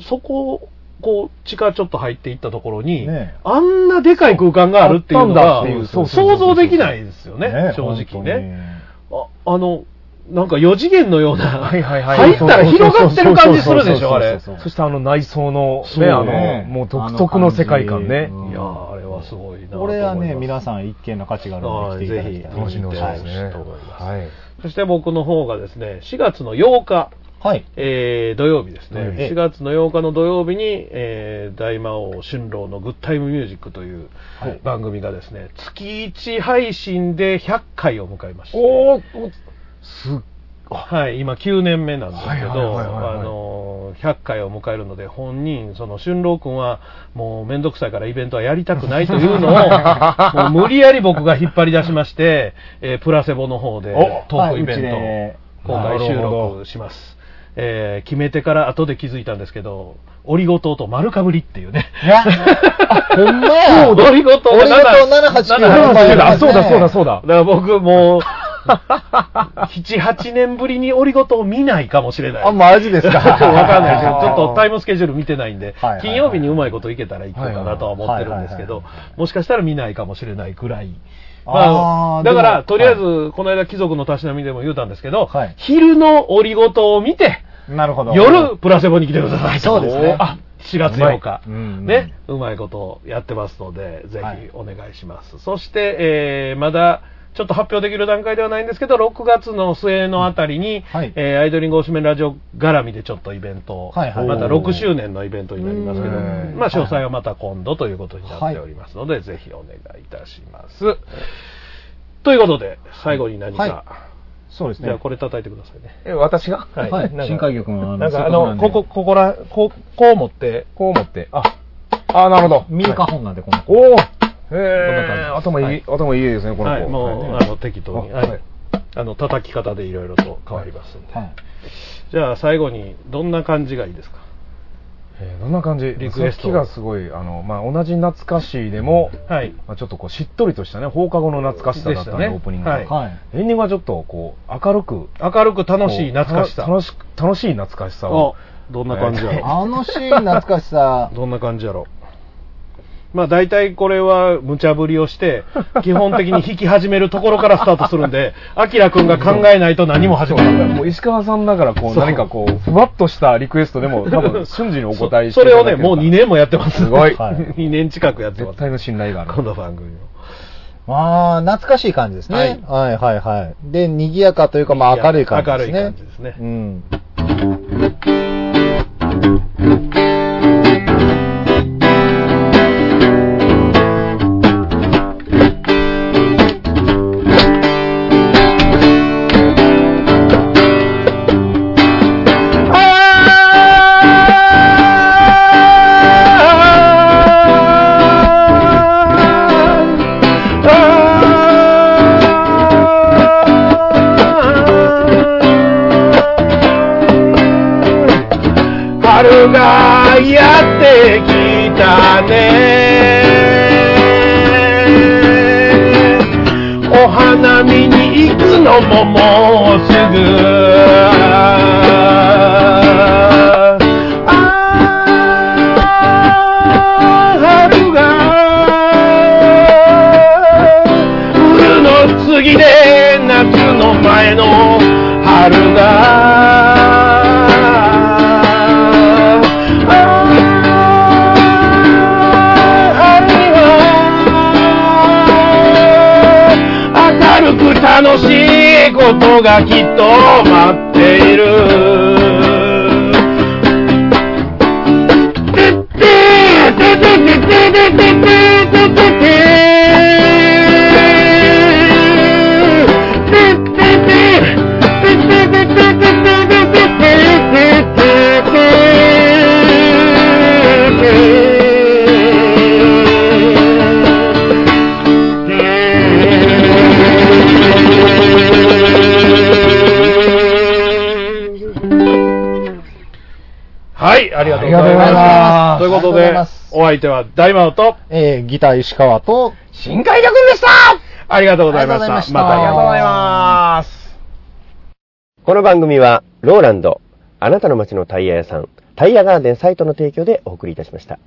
A: そこ、こう、地下ちょっと入っていったところに、
C: ね
A: あんなでかい空間があるっていうの
B: あったんだっ
A: が
B: ていう、そうそうそう
A: 想像できないですよね、正直ね。。ああの、なんか4次元のような、
B: はいはいはい
A: 入ったら広がってる感じするでしょ、あれ。い
C: そう
B: そしてあの内装の
A: そう
B: ね
A: ね
B: あのもう独特の世界観ね
C: うん
A: やー、あれはすごいなと
C: こ
A: 思います。
C: れはね、皆さん一見の価値があるので来ていただきたい。
A: はいぜ
B: 楽
A: ひ
B: しんでほしいです
A: はい
B: ねはい
A: そして僕の方がですね、4月の8日、
C: はい。
A: えー土曜日ですね、
C: ええ
A: 4月の8日の土曜日に、えー大魔王春郎のグッタイムミュージックという
C: はい
A: 番組がですね、月1配信で100回を迎えました。
B: おーおすっ
A: はい、今9年目なんですけ
B: はいはい
A: ど、
B: はいはいはい
A: あのー、100回を迎えるので、本人、その春郎君は、もうめんどくさいからイベントはやりたくないというの
B: *laughs*
A: を、もう無理やり僕が引っ張り出しまして、えープラセボの方で
B: お
A: トークイベントを。公開収
B: なるほ
A: 録します。えー決めてから後で気づいたんですけど、オリゴ糖と丸かぶりっていうね。
C: いや、あほんまや。
A: オリゴ糖
C: オリゴ糖
A: 7
C: 789
A: 789
B: あそうだそうだそうだ
A: だから僕もう、7、8年ぶりにオリゴ糖を見ないかもしれない。
C: あ、マジ
B: *laughs*
C: ですか。
A: わかんないですけど、ちょっとタイムスケジュール見てないんで
C: はいはいは、い
A: 金曜日にうまいこといけたら行こうかなとは思ってるんですけ
C: は
A: ど
C: いはいはいは、
A: もしかしたら見ないかもしれないくらい。ま
C: あ
A: あ、
C: ー
A: だから、
C: でも
A: とりあえず、この間貴族のたしなみでも言うたんですけど
C: はい、
A: 昼のオリゴ糖を見て、
C: なるほど。
A: 夜、プラセボに来てくださいと。
C: そうですね
A: あ、4月8日。
C: うまいうん
A: ね、うまいことやってますので、ぜ
C: はい
A: ひお願いします。そして、えーまだ、ちょっと発表できる段階ではないんですけど、6月の末のあたりに、
C: はい
A: えーアイドリング推しメンラジオ絡みでちょっとイベントを、
C: はいはい
A: また6周年のイベントになりますけど、
B: うーん
A: まあ、詳細はまた今度ということになっておりますので、ぜひお願いいたします。ということで、最後に何か、
C: はそうです
A: じゃあ
C: ね。
A: これ叩いてくださいね。
B: え私が
A: はい
C: はい
A: なんか
C: 新海魚君はあの
A: なんかあ
C: せっかくな
A: の、
C: んで
A: ここ、ここら、こう、こう持って、
B: こう持ってああなるほど
C: 右か本なんでこの子
B: おおへえ
C: こん
B: 頭
C: な感じ
B: いい頭いいですねこの子
K: はい、もう、
B: はい
K: あの適当に、
B: あ
K: はい
B: はい
K: あの叩き方でいろいろと変わりますんで、
C: はい
K: じゃあ最後にどんな感じがいいですか
B: えーどんな感じ
K: リクエスト
B: さっきがすごいあの、まあ、同じ懐かしいでも、
K: はい
B: まあ、ちょっとこうしっとりとしたね放課後の懐かしさだったんで
K: でしたね
B: オープニングが、
K: はい
C: はい
B: エンディングはちょっとこう明るく
K: 明るく楽しい懐かしさ
B: こう楽しく楽しい懐かしさ
K: お
B: を
K: どんな感じやろ
C: あのシーン懐かしさ
K: どんな感じやろまあ大体これは無茶ぶりをして基本的に弾き始めるところからスタートするんであきらくんが考えないと何も始まらない
B: もう石川さんだからこう
K: そう
B: 何かこうふわっとしたリクエストでも多分瞬時にお答えして
K: そそれを
B: いた
K: ね
B: だける
K: もう
B: から
K: 2年もやってます
B: すご
K: *laughs*
B: い
C: はい
K: 2年近くやってま
B: 絶
K: す
B: 対の信頼がある
K: この番組を
C: ああ、懐かしい感じですね。はい、はい、はい。で、賑やかというか、まあ明るい感じですね。
K: 明るい感じですね
C: うん。
K: 春がやってきたねお花見に行くのももうすぐあー春が冬の次で夏の前の春があー春は明るく楽しいことがきっと待っているはい、ありがとうござ
B: あり
K: いま
B: がとうござい
K: した
B: ます
K: というこ
C: ありがと
K: とで
C: うございます、
K: お相手は大魔王と、
C: えー、ギター石川と、
B: 新海君でした
K: ありがとうございま
C: あ
K: し
C: りがとうございま
K: た。
C: した
K: また
B: ありが
K: や
B: とう
K: ろう
B: ございます
L: この番組は、ローランド、あなたの街のタイヤ屋さん、タイヤガーデンサイトの提供でお送りいたしました。